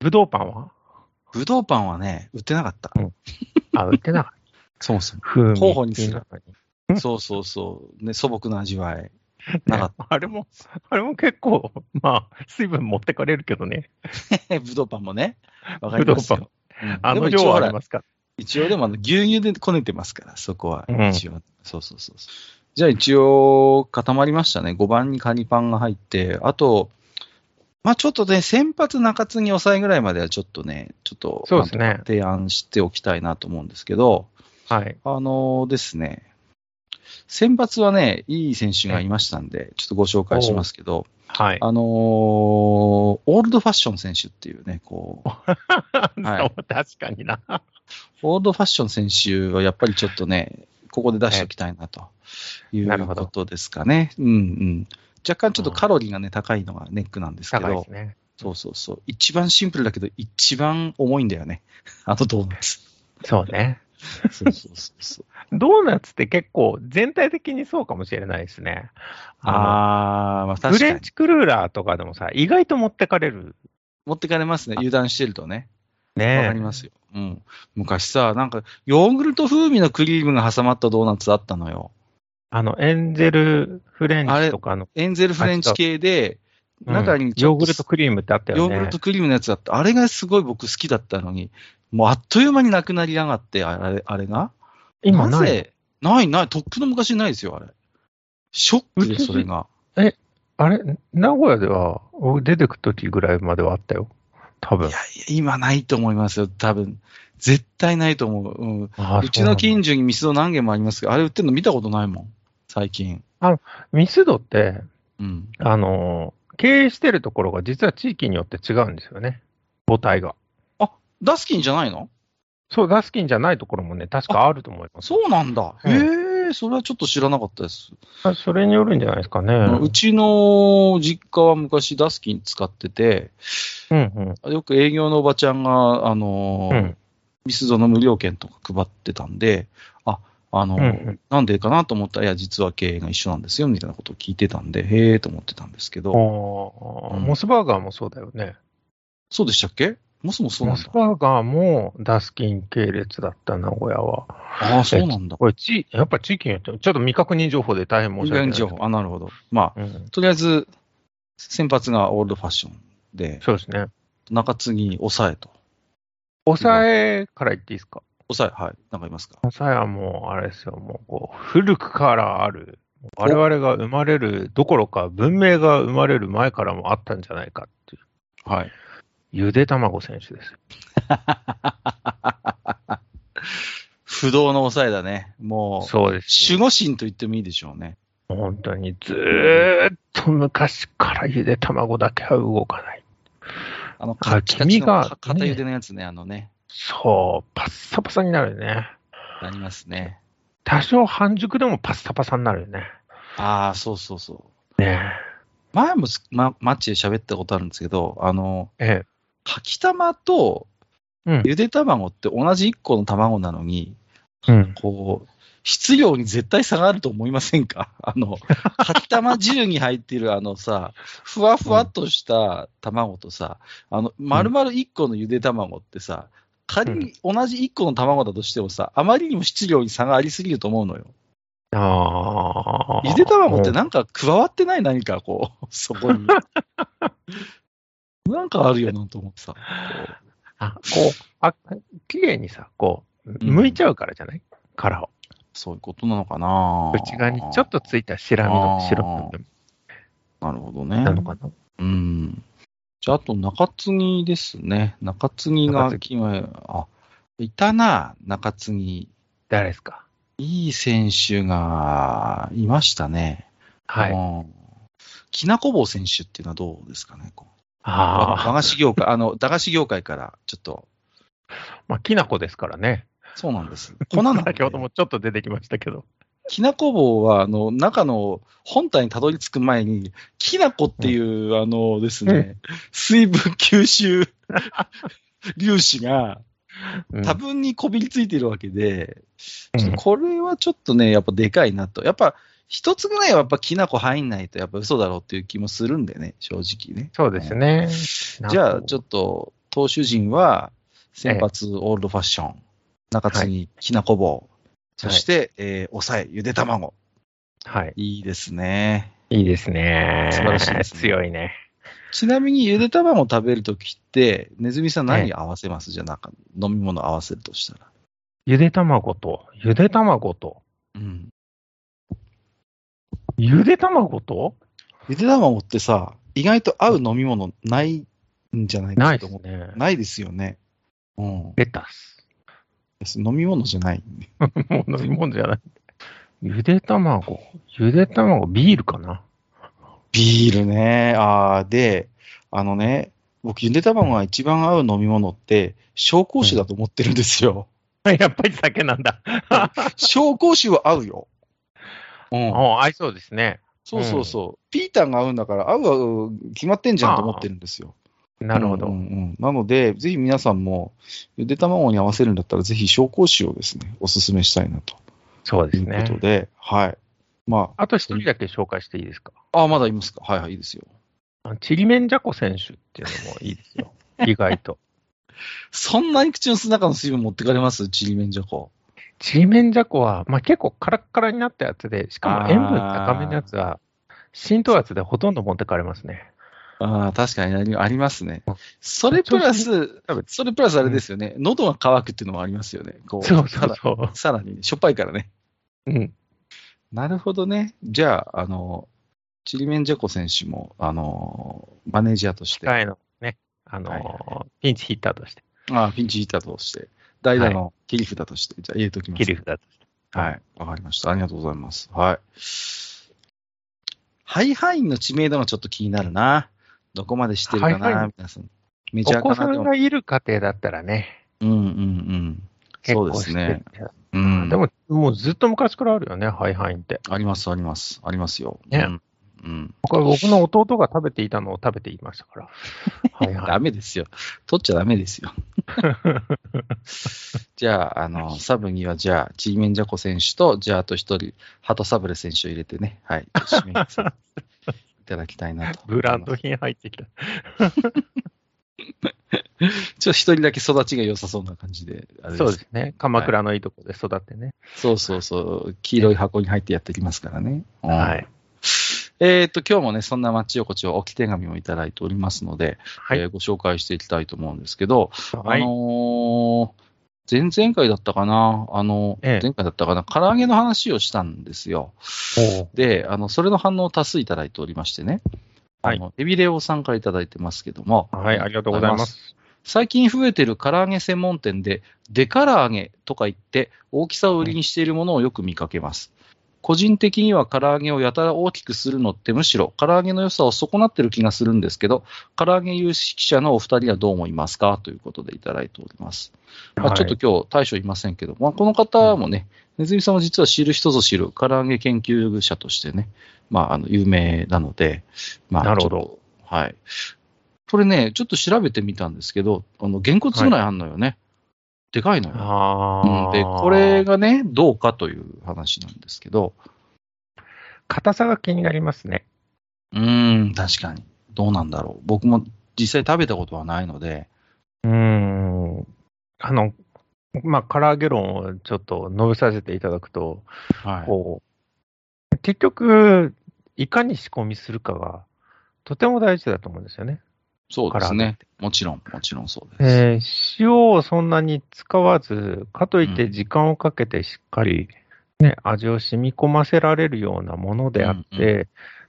Speaker 1: ぶどうパンは
Speaker 2: ぶどうパンはね、売ってなかった。
Speaker 1: うんあ、売ってなか っ
Speaker 2: そもそも。
Speaker 1: た。風味。
Speaker 2: 頬にする
Speaker 1: に。
Speaker 2: そうそうそう。ね、素朴な味わい。なかっ
Speaker 1: あれも、あれも結構、まあ、水分持ってかれるけどね。
Speaker 2: た。 ぶどうパンもね。わかります
Speaker 1: ぶ
Speaker 2: よ。うん
Speaker 1: あ
Speaker 2: でも
Speaker 1: の
Speaker 2: 一応
Speaker 1: 量は
Speaker 2: ほ
Speaker 1: あ
Speaker 2: ら
Speaker 1: りますから。
Speaker 2: 一応でもあの牛乳でこねてますから、そこは
Speaker 1: うん。
Speaker 2: 一応。そうそうそうそう。じゃあ一応固まりましたね。5番にカニパンが入って、あと、まあちょっとね、先発中継ぎ抑えぐらいまではちょっとね、ちょっと、
Speaker 1: そうですね。
Speaker 2: 提案しておきたいなと思うんですけど、
Speaker 1: はい。
Speaker 2: あのですね、先発はね、いい選手がいましたんで、ちょっとご紹介しますけど、
Speaker 1: はい。
Speaker 2: あのーオールドファッション選手っていうね、こう、はい
Speaker 1: 確かにな。
Speaker 2: オールドファッション選手はやっぱりちょっとね、ここで出しておきたいなという
Speaker 1: なるほど
Speaker 2: ことですかね。うんうん。若干ちょっとカロリーがね、高いのがネックなんですけ
Speaker 1: 高いで
Speaker 2: ど
Speaker 1: す、ね。
Speaker 2: そうそうそう。一番シンプルだけど、一番重いんだよね。 あのドーナツ。
Speaker 1: そうね。
Speaker 2: そうそうそうそう。
Speaker 1: ドーナツって結構、全体的にそうかもしれないですね。 あ
Speaker 2: あー、まあ
Speaker 1: の、フ
Speaker 2: 確か
Speaker 1: レ
Speaker 2: に
Speaker 1: ン。チクルーラーとかでもさ、意外と持ってかれる。
Speaker 2: 持ってかれますね。油断してるとね。
Speaker 1: ね
Speaker 2: わかりますよ。うん。昔さ、なんか、ヨーグルト風味のクリームが挟まったドーナツあったのよ。
Speaker 1: あの、エンゼルフレンチとかの、
Speaker 2: エンゼルフレンチ系で、
Speaker 1: うん
Speaker 2: 中にち
Speaker 1: ヨー
Speaker 2: ょっと
Speaker 1: グルトクリームってあったよ
Speaker 2: ヨ
Speaker 1: ね。
Speaker 2: ーグルトクリームのやつだった。あれがすごい僕好きだったのに、もうあっという間になくなりやがって、あれ、あれが。
Speaker 1: 今な。
Speaker 2: ないぜないない。とっくの昔にないですよ、あれ。ショックで、それが。
Speaker 1: あれ、名古屋では、お出てくときぐらいまではあったよ。多分
Speaker 2: い。やいや、今ないと思いますよ、多分。絶対ないと思う。うん。
Speaker 1: あ
Speaker 2: うちの近所にミスド何軒もありますけど、あれ売ってるの見たことないもん、最近。
Speaker 1: ミスドって、
Speaker 2: うん。
Speaker 1: あのー、経営してるところが実は地域によって違うんですよね。母体が。
Speaker 2: ダスキンじゃないの
Speaker 1: そう、ダスキンじゃないところもね、確かあると思います。
Speaker 2: そうなんだ。
Speaker 1: うん
Speaker 2: へえ、それはちょっと知らなかったです。
Speaker 1: あそれによるんじゃないですかね。
Speaker 2: う
Speaker 1: うん
Speaker 2: ちの実家は昔ダスキン使ってて、
Speaker 1: うん。
Speaker 2: よく営業のおばちゃんが、あの
Speaker 1: う
Speaker 2: ー
Speaker 1: ん。
Speaker 2: ミスドの無料券とか配ってたんで、あ、あのー
Speaker 1: うんうん
Speaker 2: なんでかなと思ったら、いや、実は経営が一緒なんですよ、みたいなことを聞いてたんで、へえと思ってたんですけど、
Speaker 1: おー
Speaker 2: うん
Speaker 1: モスバーガーもそうだよね。
Speaker 2: そうでしたっけもそもそうな
Speaker 1: モ
Speaker 2: ん
Speaker 1: ス
Speaker 2: だ。
Speaker 1: バーガーもダスキン系列だった、名古屋は。
Speaker 2: ああ、そうなんだ。
Speaker 1: これ地、やっぱ地域によって、ちょっと未確認情報で大変申し訳ない。
Speaker 2: 情報。あ、なるほど。まあ、
Speaker 1: うん。
Speaker 2: とりあえず、先発がオールドファッションで、
Speaker 1: そうですね。
Speaker 2: 中継ぎ、抑えと。
Speaker 1: 抑えから言っていいですか
Speaker 2: 抑え、はい。なんかいますか
Speaker 1: 抑えはもう、あれですよ、もうこう、古くからある、我々が生まれるどころか、文明が生まれる前からもあったんじゃないかっていう、
Speaker 2: はい。
Speaker 1: ゆで卵選手ですよ。
Speaker 2: 不動の抑えだね。もう、
Speaker 1: そうです
Speaker 2: 守
Speaker 1: よ。
Speaker 2: 護神と言ってもいいでしょうね。
Speaker 1: 本当にずーっと昔からゆで卵だけは動かない。
Speaker 2: あの、
Speaker 1: あ
Speaker 2: カチカチ
Speaker 1: 君が
Speaker 2: の片茹でのやつね、あのね、
Speaker 1: そう、パッサパサになるよね。
Speaker 2: ありますね。
Speaker 1: 多少半熟でもパッサパサになるよね。
Speaker 2: ああ、そうそうそ
Speaker 1: ねえ。
Speaker 2: う。前もす、ま、マッチで喋ったことあるんですけど、あの、
Speaker 1: え
Speaker 2: かき玉と
Speaker 1: うん
Speaker 2: ゆで卵って同じ1個の卵なのに、
Speaker 1: え。うん。
Speaker 2: こう、質量に絶対差があると思いませんか あの、かき玉汁に入ってるあのさ、ふわふわっとした卵とさ、あの、丸々1個のゆで卵ってさ、仮に同じ1個の卵だとしてもさ、あまりにも質量に差がありすぎると思うのよ。
Speaker 1: ああ。
Speaker 2: ゆで卵ってなんか加わってない何かこ う、そこに。なんかあるよなと思ってさ。こう
Speaker 1: あ、こう、あ、綺麗にさ、こう、
Speaker 2: うん
Speaker 1: 剥いちゃうからじゃない、殻を。
Speaker 2: そういうことなのかな
Speaker 1: 内側にちょっとついた白身の白身
Speaker 2: なるほど
Speaker 1: な
Speaker 2: ね。
Speaker 1: のかな。
Speaker 2: うん。じゃあ、あと中継ぎですね。中継ぎが
Speaker 1: 中継
Speaker 2: 今、あ、いたな、中継ぎ。
Speaker 1: 誰ですか
Speaker 2: いい選手がいましたね。
Speaker 1: はい。
Speaker 2: うん。きなこ棒選手っていうのはどうですかね。こう和
Speaker 1: ああ。
Speaker 2: 菓子業界、あの、駄菓子業界からちょっと、
Speaker 1: まあ、きなこですからね。
Speaker 2: そうなんです。粉なんで
Speaker 1: 先ほどもちょっと出てきましたけど。
Speaker 2: きなこ棒は、あの、中の本体にたどり着く前に、きなこっていう、あのですね、水分吸収 粒子が
Speaker 1: うん
Speaker 2: 多分にこびりついてるわけで、
Speaker 1: うん
Speaker 2: ちょっとこれはちょっとね、やっぱでかいなと。やっぱ、一つぐらいはやっぱきなこ入んないとやっぱ嘘だろうっていう気もするんでね、正直ね。
Speaker 1: そうですね。
Speaker 2: じゃあ、ち
Speaker 1: ょっ
Speaker 2: ょっと、投手陣は、先発オールドファッション、中継ぎ、きなこ棒、そして、えー抑え、ゆで卵。
Speaker 1: と。はい。
Speaker 2: いいですね。
Speaker 1: いいですね。
Speaker 2: 素晴らしいですね
Speaker 1: 強いね。
Speaker 2: ちなみに、ゆで卵食べるときって、ネズミさん
Speaker 1: ええ
Speaker 2: 何合わせますじゃあ、なんか、飲み物合わせるとしたら。
Speaker 1: ゆで卵と、ゆで卵と、
Speaker 2: うん。
Speaker 1: ゆで卵と
Speaker 2: ゆで卵ってさ、意外と合う飲み物ないんじゃないか
Speaker 1: ないで
Speaker 2: なと
Speaker 1: す
Speaker 2: 思って。
Speaker 1: ね。
Speaker 2: ないですよね。うん。
Speaker 1: レタス。
Speaker 2: 飲み物じゃない。
Speaker 1: もう飲み物じゃない。ゆで卵。ゆで卵、ビールか な。
Speaker 2: ビールね。あーで、あのね、僕、ゆで卵が一番合う飲み物って、紹興酒だと思ってるんです よ。
Speaker 1: やっぱり酒なんだ。
Speaker 2: 紹興酒は合うよ。うん。
Speaker 1: お合いそうですね。
Speaker 2: そうそうそう。ピーターが合うんだから、合う合う決まってんじゃんと思ってるんですよ。
Speaker 1: なるほど。
Speaker 2: うんうんうんなので、ぜひ皆さんも、ゆで卵に合わせるんだったら、ぜひ紹興酒をですね、おすすめしたいなと
Speaker 1: そうで
Speaker 2: い
Speaker 1: す
Speaker 2: うこ
Speaker 1: ね
Speaker 2: と。で、はい。ま
Speaker 1: あと一人だけ紹介していいですか。
Speaker 2: あ、あまだいますか。はいはい、いいですよ。
Speaker 1: あのちりめんじゃこ選手っていうのもいいです よ。意外と。
Speaker 2: そんなに口の中の水分持ってかれますちりめんじゃこ。
Speaker 1: ちりめんじゃこは、まあ、結構カラッカラになったやつで、しかも塩分
Speaker 2: あー
Speaker 1: 高めのやつは、浸透圧でほとんど持ってかれますね。
Speaker 2: ああ、確かにありありますね
Speaker 1: うん。
Speaker 2: それプラス
Speaker 1: 多分、
Speaker 2: それプラスあれですよね。喉が渇くっていうのもありますよね。こう
Speaker 1: そうそ
Speaker 2: さ
Speaker 1: う
Speaker 2: ら
Speaker 1: そう。
Speaker 2: さらに、しょっぱいからね。
Speaker 1: うん。
Speaker 2: なるほどね。じゃあ、あの、ちりめんじゃこ選手も、あの、マネージャーとして、
Speaker 1: 控えのね、あのー
Speaker 2: はい
Speaker 1: ピンチヒッターとして、
Speaker 2: あピンチヒッターとして、代打の切り札として、じゃあ入れときます。
Speaker 1: 切り札として。
Speaker 2: はい。わかりました。ありがとうございます。はい。ハイハインの知名度がちょっと気になるな。どこまで知ってるかな、
Speaker 1: ハイハイン
Speaker 2: 皆さん。メジャ
Speaker 1: お
Speaker 2: ー
Speaker 1: 子
Speaker 2: か
Speaker 1: さ
Speaker 2: なと
Speaker 1: ん
Speaker 2: 思う。
Speaker 1: がいる家庭だったらね、
Speaker 2: うんうんうん。
Speaker 1: 結
Speaker 2: そう
Speaker 1: 構
Speaker 2: です
Speaker 1: 知っ
Speaker 2: ね。
Speaker 1: てる
Speaker 2: うん。
Speaker 1: でも、もうずっと昔からあるよね、ハイハインって。
Speaker 2: あります、あります。ありますよ。
Speaker 1: ね
Speaker 2: うん。うん。
Speaker 1: 僕は僕の弟が食べていたのを食べていました から。はいは
Speaker 2: ダ
Speaker 1: い。
Speaker 2: メですよ。取っちゃダメです よ。じゃあ、あの、サブには、じゃあ、ちりめんじゃこ選手と、じゃあ、あと一人、鳩サブレ選手を入れてね、はい、指名させていただきたいなと。
Speaker 1: ブランド品入ってきた。
Speaker 2: ちょっと一人だけ育ちが良さそうな感じで、あれです
Speaker 1: そうですね。鎌倉のいいとこで育ってね。
Speaker 2: そうそうそう、黄色い箱に入ってやってきますからね。うん
Speaker 1: はい。
Speaker 2: えっと、今日もね、そんな町横丁、置き手紙をいただいておりますので、
Speaker 1: はい。
Speaker 2: えーご紹介していきたいと思うんですけど、
Speaker 1: は
Speaker 2: あ
Speaker 1: い。
Speaker 2: のー前々回だったかな、あの、
Speaker 1: ええ
Speaker 2: 前回だったかな、唐揚げの話をしたんですよ。で、あの、それの反応を多数いただいておりましてね。
Speaker 1: はい
Speaker 2: あのエビレオさんからいただいてますけども、
Speaker 1: はい、ありがとうございます。
Speaker 2: 最近増えてる唐揚げ専門店で、デカラ揚げとか言って、大きさを売りにしているものをよく見かけます。個人的には唐揚げをやたら大きくするのってむしろ唐揚げの良さを損なってる気がするんですけど、唐揚げ有識者のお二人はどう思いますかということでいただいております。まあ、ちょっと今日大将いませんけど、まあ、この方もね、ネズミさんは実は知る人ぞ知る唐揚げ研究者としてね、まあ、あの、有名なので、まあ、
Speaker 1: なるほ
Speaker 2: ちょ
Speaker 1: ど。
Speaker 2: っと。はい。これね、ちょっと調べてみたんですけど、あの、原骨ぐらいあんのよね。でかいのよ。う
Speaker 1: あ
Speaker 2: ん、
Speaker 1: あ。
Speaker 2: で、これ、がね、どうかという話なんですけど、
Speaker 1: 硬さが気になりますね。
Speaker 2: うーん、確かに。どうなんだろう。僕も実際食べたことはないので、
Speaker 1: うーん。あの、まあ、カラーゲロンをちょっと述べさせていただくと、
Speaker 2: はい。
Speaker 1: こう、結局、いかに仕込みするかが、とても大事だと思うんですよね。
Speaker 2: そう
Speaker 1: か
Speaker 2: です
Speaker 1: ら揚げ
Speaker 2: ね。もちろん、もちろんそうで
Speaker 1: えー
Speaker 2: す。
Speaker 1: 塩をそんなに使わず、かといっ
Speaker 2: う
Speaker 1: て
Speaker 2: ん
Speaker 1: 時間をかけてしっかり、ね、味を染み込ませられるようなものであって、
Speaker 2: うんう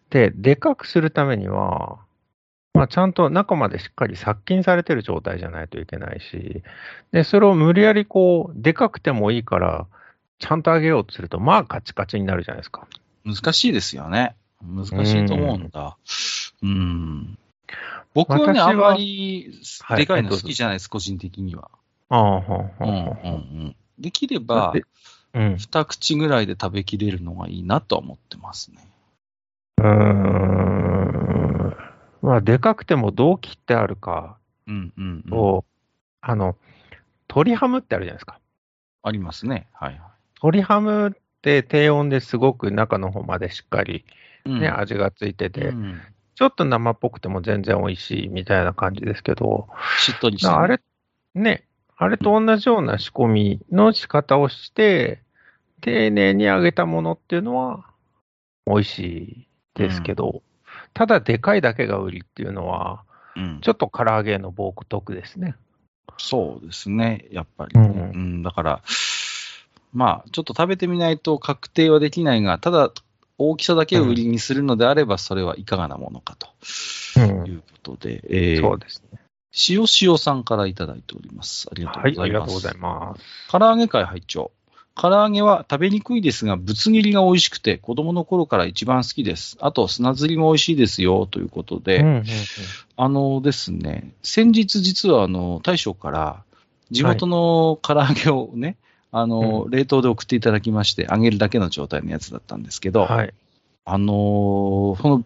Speaker 1: で、でかくするためには、まあ、ちゃんと中までしっかり殺菌されてる状態じゃないといけないし、で、それを無理やりこう、でかくてもいいから、ちゃんと揚げようとすると、まあ、カチカチになるじゃないですか。
Speaker 2: 難しいですよね。難しいと思うんだ。うん。僕は
Speaker 1: 私
Speaker 2: ね、
Speaker 1: は
Speaker 2: あんまり
Speaker 1: はい
Speaker 2: でかいの
Speaker 1: ど
Speaker 2: 好
Speaker 1: うぞ
Speaker 2: きじゃないです、個人的には。
Speaker 1: ああ、ほん
Speaker 2: う
Speaker 1: ほ
Speaker 2: んうんんう
Speaker 1: ほん
Speaker 2: ん。できれば、
Speaker 1: うん。
Speaker 2: 二口ぐらいで食べきれるのがいいなとは思ってますね。
Speaker 1: うーん。まあ、でかくてもどう切ってあるか
Speaker 2: うんうん、うん。
Speaker 1: を、あの、鶏ハムってあるじゃないですか。
Speaker 2: ありますね。はいは
Speaker 1: 鶏ハムって低温ですごく中の方までしっかり
Speaker 2: い。うん
Speaker 1: ね、味がついてて、
Speaker 2: うん
Speaker 1: ちょっと生っぽくても全然美味しいみたいな感じですけど、
Speaker 2: しっとりして、
Speaker 1: あれ、ね、あれと同じような仕込みの仕方をして、丁寧に揚げたものっていうのは美味しいですけど、ただでかいだけが売りっていうのは、
Speaker 2: うん
Speaker 1: ちょっと唐揚げの暴徳ですね。
Speaker 2: そうですね、やっぱり。う
Speaker 1: うんん、
Speaker 2: だから、まあ、ちょっと食べてみないと確定はできないが、ただ、大きさだけを売りにするのであれば、それはいかがなものかと
Speaker 1: うん
Speaker 2: いうことで、えー
Speaker 1: そうですね。
Speaker 2: 塩塩さんからいただいております。ありがとう
Speaker 1: は
Speaker 2: ござ
Speaker 1: い、あ
Speaker 2: います。
Speaker 1: りがとうございます。
Speaker 2: 唐揚げ会拝聴唐揚げは食べにくいですが、ぶつ切りが美味しくて、子供の頃から一番好きです。あと、砂ずりも美味しいですよ、ということで、
Speaker 1: うんうんうん
Speaker 2: あのですね、先日実はあの、大将から、地元の唐揚げをね、あの、
Speaker 1: う
Speaker 2: 冷凍で送っていただきまして、揚げるだけの状態のやつだったんですけど、
Speaker 1: はい。
Speaker 2: あのーその、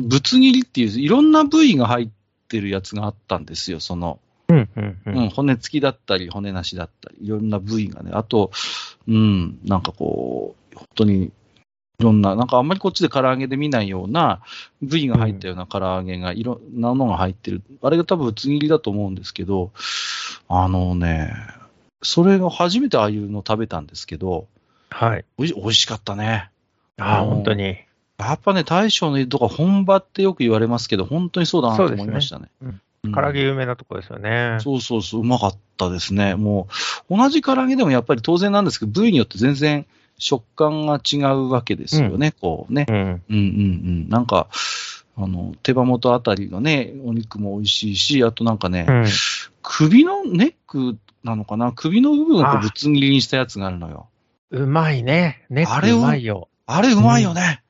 Speaker 2: ぶつ切りっていう、いろんな部位が入ってるやつがあったんですよ、その、
Speaker 1: うんうんう
Speaker 2: うんん、骨付きだったり、骨なしだったり、いろんな部位がね、あと、うん、なんかこう、本当に、いろんな、なんかあんまりこっちで唐揚げで見ないような、部位が入ったような唐揚げが、いろんなのが入ってる。あれが多分、ぶつ切りだと思うんですけど、あのね、それが初めてああいうの食べたんですけど、
Speaker 1: はい。
Speaker 2: おいし美味しかったね。
Speaker 1: ああ、
Speaker 2: うん
Speaker 1: 本当に。
Speaker 2: やっぱね、大将のとか本場ってよく言われますけど、本当にそうだなと思いましたね。
Speaker 1: そうですね
Speaker 2: うん
Speaker 1: 唐揚げ有名なとこですよね。
Speaker 2: そうそうそう、うまかったですね。もう、同じ唐揚げでもやっぱり当然なんですけど、部位によって全然食感が違うわけですよね、こうね。
Speaker 1: うん。
Speaker 2: うんうんうん。なんか、あの、手羽元あたりのね、お肉も美味しいし、あとなんかね、
Speaker 1: うん。
Speaker 2: 首のネックなのかな首の部分をこ
Speaker 1: あ
Speaker 2: うぶつ切りにしたやつがあるのよ。
Speaker 1: うまいね。ね、
Speaker 2: あれを
Speaker 1: うまいよ。
Speaker 2: あれうまいよね。
Speaker 1: うん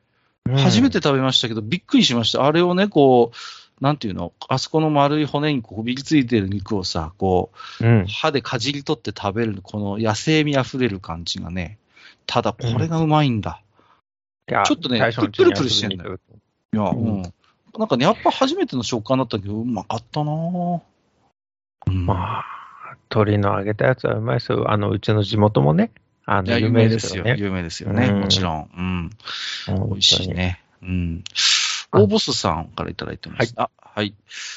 Speaker 2: 初めて。食べましたけど、びっくりしました。あれをね、こう、なんていうのあそこの丸い骨にこうこびりついてる肉をさ、こう、
Speaker 1: うん。
Speaker 2: 歯でかじり取って食べる、この野生味あふれる感じがね、ただこれがうまいんだ。
Speaker 1: ちょ
Speaker 2: ちょっとねプルプルしてんのよ。いや、うん。なんかね、やっぱ初めての食感だったけど、うまかったなぁ。うん、
Speaker 1: まあ、鶏の揚げたやつはうまいですよ。あの、うちの地元もね、あ
Speaker 2: いや
Speaker 1: の、
Speaker 2: 有
Speaker 1: 有
Speaker 2: 名
Speaker 1: 名
Speaker 2: で
Speaker 1: ですす
Speaker 2: よ
Speaker 1: よ。ね。
Speaker 2: 有名ですよね。
Speaker 1: うん
Speaker 2: もちろん。うん。美味しいね。うん。
Speaker 1: あ
Speaker 2: 大ボスさんからいただいてます。あ、はい。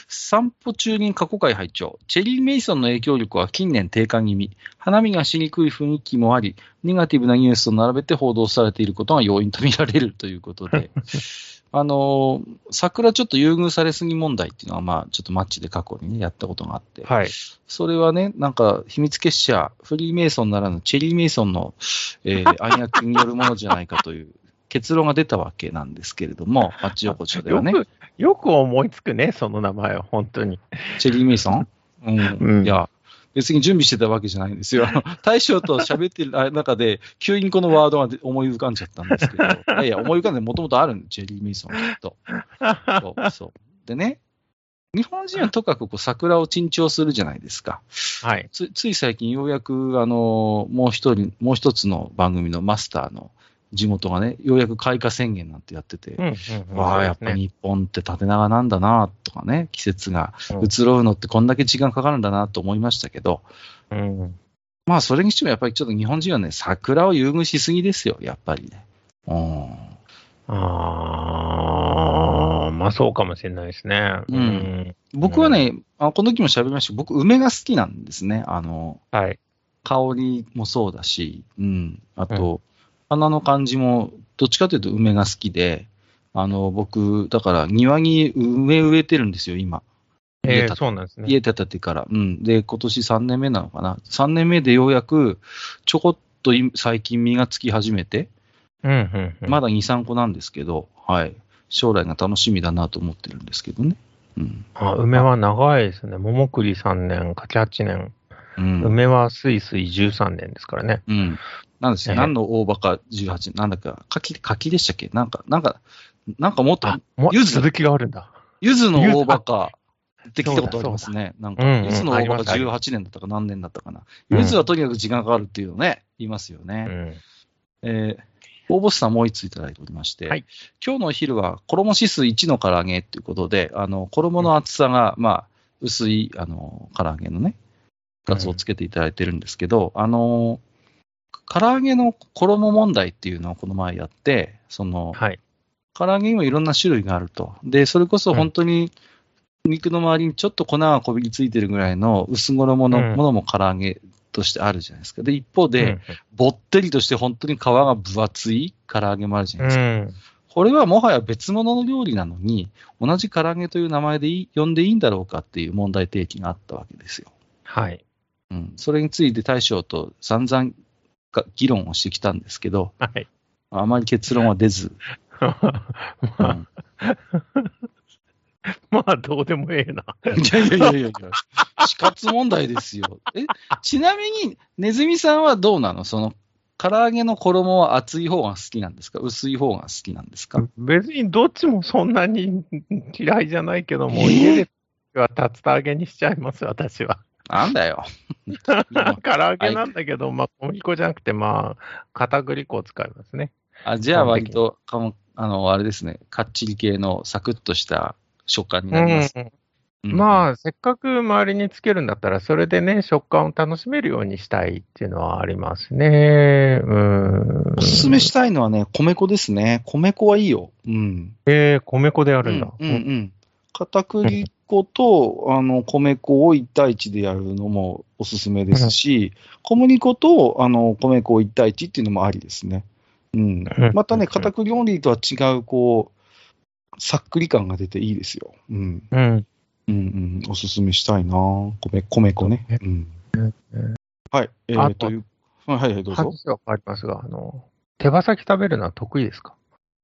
Speaker 2: 散歩中に過去回拝聴チェリー・メイソンの影響力は近年低下気味。花見がしにくい雰囲気もあり、ネガティブなニュースと並べて報道されていることが要因と見られるということ で、あのー桜ちょっと優遇されすぎ問題っていうのは、まあ、ちょっとマッチで過去にね、やったことがあって、
Speaker 1: 本当にはい。
Speaker 2: それはね、なんか、秘密結社、フリーメイソンならぬチェリーメイソンの、え ー暗躍によるものじゃないかという結論が出たわけなんですけれども、マッチ横丁ではね、
Speaker 1: よく、よく思いつくね、その名前は、本当に。
Speaker 2: チェリーメイソン、うん、
Speaker 1: うん
Speaker 2: いや、別に準備してたわけじゃないんで すよ。あの大将と喋ってる中で、急にこのワードが思い浮かんじゃった んですけど、いやいや、思い浮かんでもともとあるんで、チェリーメイソン、きっと。そうそうでね、日本人はとかくこう桜を珍重するじゃないですか。
Speaker 1: はい。
Speaker 2: つつい最近ようやく、あのもう一人、もう一つの番組のマスターの地元がね、ようやく開花宣言なんてやってて、
Speaker 1: うんうんうん
Speaker 2: わあ、
Speaker 1: そうで
Speaker 2: やっ
Speaker 1: す
Speaker 2: ぱ
Speaker 1: ね
Speaker 2: 日本って縦長なんだなとかね、季節が移ろうのってこんだけ時間かかるんだなと思いましたけど、
Speaker 1: うんうん
Speaker 2: まあ、それにしてもやっぱりちょっと日本人はね、桜を優遇しすぎですよ、やっぱりね。うん。
Speaker 1: ああ、まあそうかもしれないですね。
Speaker 2: うん。僕はね、あこの時も喋りましたけど、僕、梅が好きなんですね。あの、
Speaker 1: はい。
Speaker 2: 香りもそうだし、うん。あと、花の感じも、どっちかというと梅が好きで、あの、僕、だから庭に梅植えてるんですよ、今。
Speaker 1: え
Speaker 2: 家建
Speaker 1: ー、
Speaker 2: て
Speaker 1: そうなんですね。
Speaker 2: 家建ててから。うん。で、今年3年目なのかな。3年目でようやく、ちょこっとい最近実がつき始めて、
Speaker 1: うんうんうん。
Speaker 2: ま
Speaker 1: だ。
Speaker 2: だ2、3個なんですけど、はい。将来が楽しみだなと思ってるんですけどね。うん。
Speaker 1: あ梅は長いですね。桃栗3年、柿8年。
Speaker 2: うん。
Speaker 1: 梅はスイスイ13年ですからね。
Speaker 2: うん。なんですよ。
Speaker 1: ええ
Speaker 2: 何の大葉か18、なんだか、柿、柿でしたっけなんか、なんか、なんかもっと、
Speaker 1: も
Speaker 2: 柚子
Speaker 1: 続きがあるんだ。
Speaker 2: 柚子の大葉か、って聞いたことありますね。なんか、
Speaker 1: うんうん
Speaker 2: 柚子の大葉が
Speaker 1: ありま
Speaker 2: 18年だったか何年だったかな。
Speaker 1: うん
Speaker 2: 柚子はとにかく時間がかかるっていうのね、言いますよ
Speaker 1: う
Speaker 2: ね。
Speaker 1: ん。
Speaker 2: えー、応募さんもう一ついただいておりまして、
Speaker 1: はい
Speaker 2: 今日のお昼は衣指数1の唐揚げということで、あの衣の厚さが、まあ、薄いあの唐揚げのね、2つをつけていただいてるんですけど、あの、唐揚げの衣問題っていうのをこの前やって、その、
Speaker 1: はい。
Speaker 2: 唐揚げにもいろんな種類があると。で、それこそ本当に肉の周りにちょっと粉がこびりついてるぐらいの薄衣の
Speaker 1: うん
Speaker 2: ものも唐揚げとしてあるじゃないですか。で、一方で、ぼってりとして本当に皮が分厚い唐揚げもあるじゃ
Speaker 1: う、
Speaker 2: なんいです
Speaker 1: う
Speaker 2: か。
Speaker 1: ん。
Speaker 2: これはもはや別物の料理なのに、同じ唐揚げという名前でいい呼んでいいんだろうかっていう問題提起があったわけですよ。
Speaker 1: はい。
Speaker 2: うん、それについて大将と散々が議論をしてきたんですけど、
Speaker 1: はい。
Speaker 2: あまり結論は出ず、う
Speaker 1: まあ、
Speaker 2: ん、
Speaker 1: まあ、どうでもええな。
Speaker 2: いやいやいやいやいや、死活問題ですよ。え、ちなみに、ネズミさんはどうなのその、唐揚げの衣は厚い方が好きなんですか薄い方が好きなんですか
Speaker 1: 別にどっちもそんなに嫌いじゃないけど
Speaker 2: え
Speaker 1: も、
Speaker 2: ー
Speaker 1: 家では竜田揚げにしちゃいます、私は。
Speaker 2: なんだよ。
Speaker 1: 唐揚げなんだけど、まあ、小麦粉じゃなくて、まあ、片栗粉を使いますね。
Speaker 2: あじゃあ割とかも、あの、あれですね、かっちり系のサクッとした食感になります。うん
Speaker 1: まあ、せっかく周りにつけるんだったら、それでね、食感を楽しめるようにしたいっていうのはありますね。うん。
Speaker 2: おすすめしたいのはね、米粉ですね。米粉はいいよ。うん。
Speaker 1: えー、米粉であ
Speaker 2: う
Speaker 1: るん
Speaker 2: ん
Speaker 1: だ。
Speaker 2: うんうん。片栗粉と、あの、米粉を1対1でやるのもおすすめですし、小麦粉と、あの、米粉を1対1っていうのもありですね。うん。
Speaker 1: うん
Speaker 2: またね、
Speaker 1: うん
Speaker 2: 片栗オンリーとは違う、こう、さっくり感が出ていいですよ。うん。
Speaker 1: うん。
Speaker 2: うんうん、おすすめしたいな米、米粉ね。うん。はい。え
Speaker 1: あ
Speaker 2: ー、
Speaker 1: と
Speaker 2: という、はいはいはい、どうぞ。
Speaker 1: 話は変わりますが、あの、手羽先食べるのは得意ですか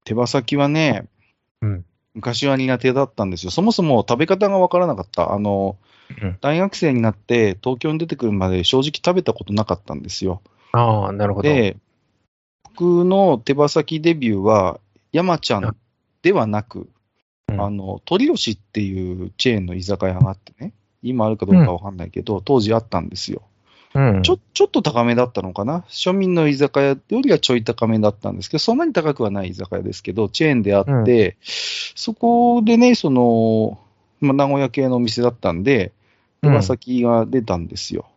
Speaker 2: 手羽先はね、
Speaker 1: うん
Speaker 2: 昔は苦手だったんですよ。そもそも食べ方がわからなかった。あの、
Speaker 1: うん
Speaker 2: 大学生になって東京に出てくるまで正直食べたことなかったんですよ。
Speaker 1: ああ、なるほど。
Speaker 2: で、僕の手羽先デビューは、山ちゃんではなく、
Speaker 1: うん
Speaker 2: あの、鳥吉っていうチェーンの居酒屋があってね、今あるかどうかわかんないけど、当時あったんですよ。
Speaker 1: うん、
Speaker 2: ちょちょっと高めだったのかな、庶民の居酒屋よりはちょい高めだったんですけど、そんなに高くはない居酒屋ですけど、チェーンであって、そこでね、その、まあ、名古屋系のお店だったんで、手羽先が出たんですよ、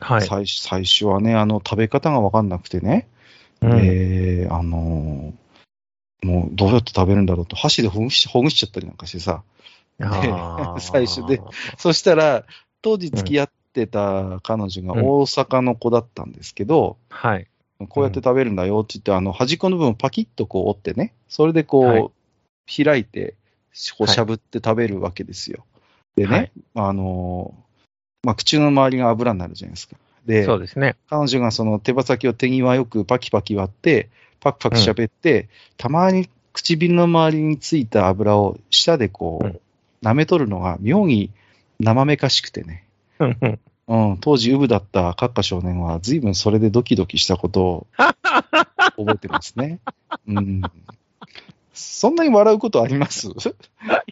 Speaker 1: はい。
Speaker 2: 最初最初はね、あの食べ方が分かんなくてね、
Speaker 1: うん
Speaker 2: えーあのーもうどうやって食べるんだろうと、箸でほぐしほぐしちゃったりなんかしてさ、
Speaker 1: あー
Speaker 2: 最初でそしたら、当時付き合ってた彼女が大阪の子だったんですけど、
Speaker 1: はい。
Speaker 2: こうやって食べるんだよって言って、あの、端っこの部分をパキッとこう折ってね、それでこう、
Speaker 1: はい
Speaker 2: 開いて、こう
Speaker 1: はい
Speaker 2: しゃぶって食べるわけですよ。でね、
Speaker 1: はい
Speaker 2: あのーまあ、口の周りが油になるじゃないですか。で
Speaker 1: そ、うですね。
Speaker 2: 彼女がその手羽先を手際よくパキパキ割って、パクパクしゃべって、たまに唇の周りについた油を舌でこう、
Speaker 1: うん
Speaker 2: 舐め取るのが妙に生めかしくてね。
Speaker 1: うんうん
Speaker 2: うん、当時、ウブだった閣下少年は、随分それでドキドキしたこ とを覚えてますね。うん、そんなに笑うことありますウ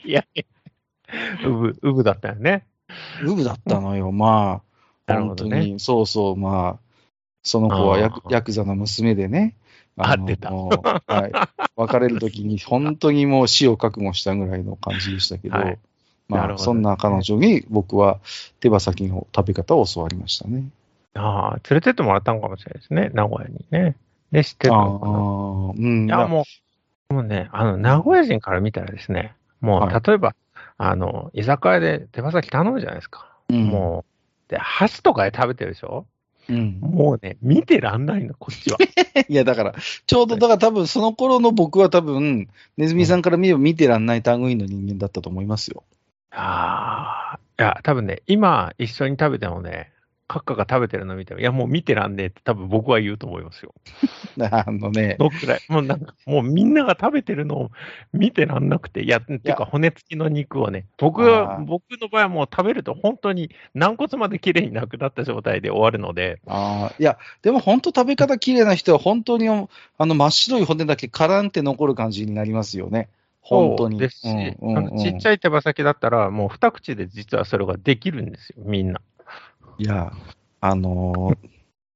Speaker 1: いや、うぶ、うぶだったよね。
Speaker 2: ブだったのよ、まあ、
Speaker 1: なる
Speaker 2: 本
Speaker 1: ほ
Speaker 2: 当
Speaker 1: ど
Speaker 2: に、
Speaker 1: ね
Speaker 2: そうそう、まあ、その子はヤク
Speaker 1: あー
Speaker 2: ヤクザの娘でね、
Speaker 1: あ出た
Speaker 2: のーはい。別れるときに、 本当にもう死を覚悟したぐらいの感じでしたけど、
Speaker 1: はいな
Speaker 2: ま
Speaker 1: る
Speaker 2: あ、
Speaker 1: ほど
Speaker 2: そんな彼女に僕は手羽先の食べ方を教わりましたね。
Speaker 1: ああ、連れてってもらったのかもしれないですね、名古屋にね。で、知ってた
Speaker 2: ああ
Speaker 1: のかな。
Speaker 2: ー、うん。
Speaker 1: い
Speaker 2: ま
Speaker 1: や、
Speaker 2: あ
Speaker 1: もう、もうね、あの、名古屋人から見たらですね、も、
Speaker 2: はいう
Speaker 1: 例えば、あの、居酒屋で手羽先頼むじゃないですか。
Speaker 2: うん
Speaker 1: もう、で、箸とかで食べてるでしょ
Speaker 2: うん。
Speaker 1: もうね、見てらんないの、こっちは。
Speaker 2: いや、だから、ちょうど、だから多分、その頃の僕は多分、ネズミさんから見れば見てらんない類の人間だったと思いますよ。
Speaker 1: ああ、いや、多分ね、今、一緒に食べてもね、カッカが食べてるの見ても、いや、もう見てらんねえって多分僕は言うと思いますよ。
Speaker 2: あのね、
Speaker 1: どっくらい。もうなんか、もうみんなが食べてるのを見てらんなくて、いや、っていうか骨付きの肉をね、僕
Speaker 2: あ
Speaker 1: は、
Speaker 2: ー
Speaker 1: 僕の場合はもう食べると本当に軟骨まで綺麗になくなった状態で終わるので、
Speaker 2: ああ、いや、でも本当食べ方綺麗な人は本当にあの真っ白い骨だけカランって残る感じになりますよね。本当
Speaker 1: そ
Speaker 2: に。
Speaker 1: うですし、
Speaker 2: うんうんうん
Speaker 1: あのちっちゃい手羽先だったら、もう二口で実はそれができるんですよ、みんな。
Speaker 2: いや、あのー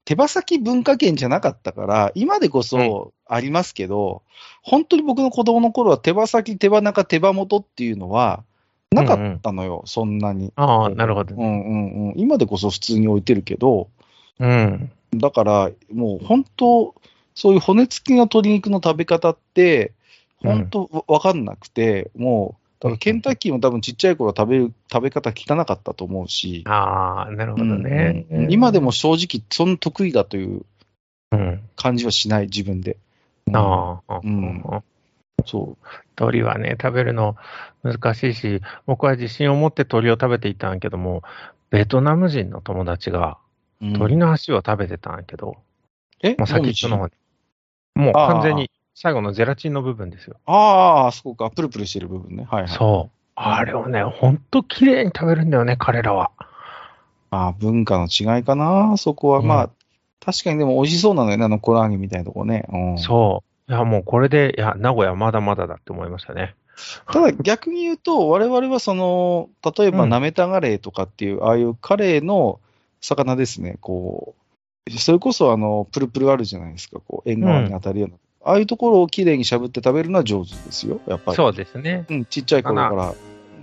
Speaker 2: 手羽先文化圏じゃなかったから、今でこそありますけど、本当に僕の子供の頃は手羽先、手羽中、手羽元っていうのはなかったのよ、そんなに。
Speaker 1: ああ、なるほど
Speaker 2: う
Speaker 1: ね。
Speaker 2: んうんうん。今でこそ普通に置いてるけど、
Speaker 1: うん。
Speaker 2: だから、もう本当、そういう骨付きの鶏肉の食べ方って、本当わわかんなくて、もう、だからケンタッキーも多分ちっちゃい頃は食べる、食べ方汚かったと思うし、
Speaker 1: ああ、なるほどね。
Speaker 2: うんうん今でも正直、その得意だという
Speaker 1: うん。
Speaker 2: 感じはしない、自分で。うん
Speaker 1: ああ、
Speaker 2: うんそ
Speaker 1: 鳥はね、食べるの難しいし、僕は自信を持って鳥を食べていたんやけども、ベトナム人の友達が
Speaker 2: う。うん
Speaker 1: 鳥の足を食べてたんやけど、
Speaker 2: え
Speaker 1: もう先っちょの方に。もう
Speaker 2: ああ
Speaker 1: 完全に最後のゼラチンの部分ですよ。
Speaker 2: ああ、そうか、プルプルしてる部分ね。はいはい。
Speaker 1: そう。あれをね、ほんと綺麗に食べるんだよね、彼らは。
Speaker 2: まあ、文化の違いかな、そこは。
Speaker 1: うん
Speaker 2: まあ、確かにでも美味しそうなのよね、あのコラーゲンみたいなとこね。うん
Speaker 1: そう。いや、もうこれで、いや、名古屋まだまだだって思いましたね。
Speaker 2: ただ逆に言うと、我々はその、例えば
Speaker 1: うん
Speaker 2: なめたガレーとかっていう、ああいうカレーの魚ですね、こう、それこそあの、プルプルあるじゃないですか、こう、縁側に当たるような。ああいうところをきれいにしゃぶって食べるのは上手ですよ、やっぱり。
Speaker 1: そうですね。
Speaker 2: うん、ちっちゃい頃から。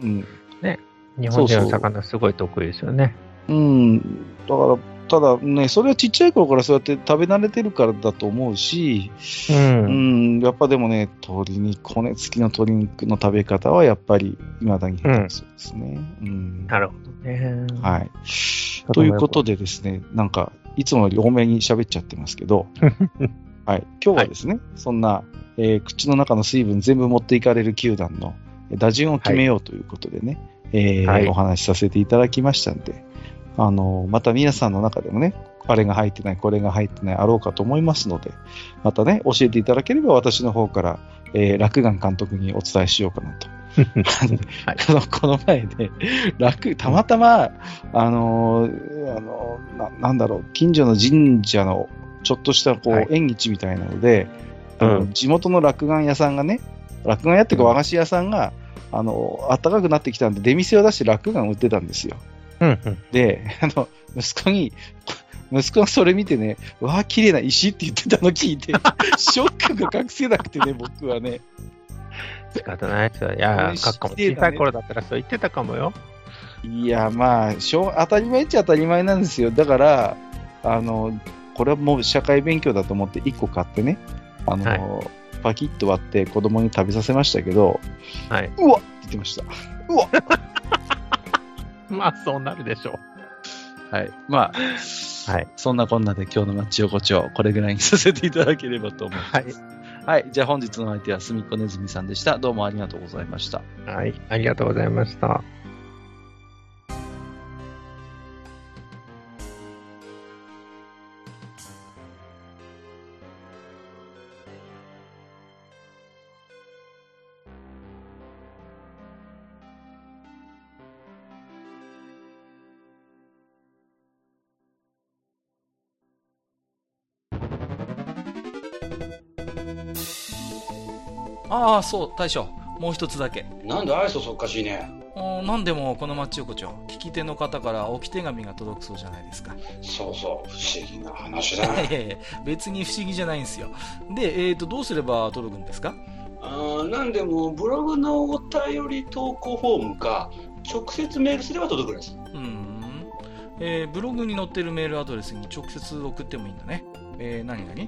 Speaker 2: うん。
Speaker 1: 日本人
Speaker 2: そうそ
Speaker 1: の
Speaker 2: う
Speaker 1: 魚すごい得意ですよね。
Speaker 2: うん。だから、ただね、それはちっちゃい頃からそうやって食べ慣れてるからだと思うし、
Speaker 1: う。
Speaker 2: うんん、やっぱでもね、鶏肉、骨付きの鶏肉の食べ方はやっぱり、未だに下手くそですね。うん
Speaker 1: なるほどね。
Speaker 2: はい。
Speaker 1: と
Speaker 2: ということでですね、なんか、いつもより多めに喋っちゃってます けど、はい、今日はですね、そんな、えー口の中の水分全部持っていかれる球団のえー打順を決めようということでね、えー
Speaker 1: はい
Speaker 2: お話しさせていただきましたんで、あのーまた皆さんの中でもね、あれが入ってない、これが入ってない、あろうかと思いますので、またね、教えていただければ私の方から、えー、落眼監督にお伝えしようかなと。
Speaker 1: はい
Speaker 2: このこの前ね、楽、たまたま、あのーあのーな、なんだろう、近所の神社のちょっとしたこう、
Speaker 1: はい
Speaker 2: 縁日みたいなので、あの
Speaker 1: うん
Speaker 2: 地元の落眼屋さんがね、落眼屋っていうか
Speaker 1: うん
Speaker 2: 和菓子屋さんが、あのー暖かくなってきたんで、出店を出して落眼売ってたんですよ。
Speaker 1: うんうん。
Speaker 2: で、あの、息子に、息子がそれ見てね、わあ、綺麗な石って言ってたの聞い て、ショックが隠せなくてね、僕はね。
Speaker 1: 仕方ないですよ。い
Speaker 2: こ
Speaker 1: や
Speaker 2: れ、
Speaker 1: かっこも
Speaker 2: 知っ
Speaker 1: 小
Speaker 2: てたね
Speaker 1: さい頃だったらそう言ってたかもよ。
Speaker 2: いや、まあ、しょう当たり前っちゃ当たり前なんですよ。だから、あの、これはもう社会勉強だと思って1個買ってね、あの、
Speaker 1: は
Speaker 2: パキッと割って子供に食べさせましたけど、
Speaker 1: はい。
Speaker 2: うわっって言ってました。うわ
Speaker 1: まあ、そうなるでしょう。
Speaker 2: はい。まあ、
Speaker 1: はい
Speaker 2: そんなこんなで今日のマッチ横丁、これぐらいにさせていただければと思います。
Speaker 1: はい。
Speaker 2: はい。じゃあ本日の相手はすみっこねずみさんでした。どうもありがとうございました。
Speaker 1: はい。ありがとうございました。
Speaker 2: ああ、そう、大将。もう一つだけ
Speaker 3: なんで愛想そっかしいね。
Speaker 2: おなんでもこのマッチ横丁聞き手の方から置き手紙が届くそうじゃないですか
Speaker 3: そうそう、不思議な話
Speaker 2: い
Speaker 3: だ。
Speaker 2: やいやいや別に不思議じゃないんですよで、えー、とどうすれば届くんですか
Speaker 3: あーなんでも、ブログのお便り投稿フォームか、直接メールすれば届くんです。
Speaker 2: うーん、えーブログに載ってるメールアドレスに直接送ってもいいんだねえー、何何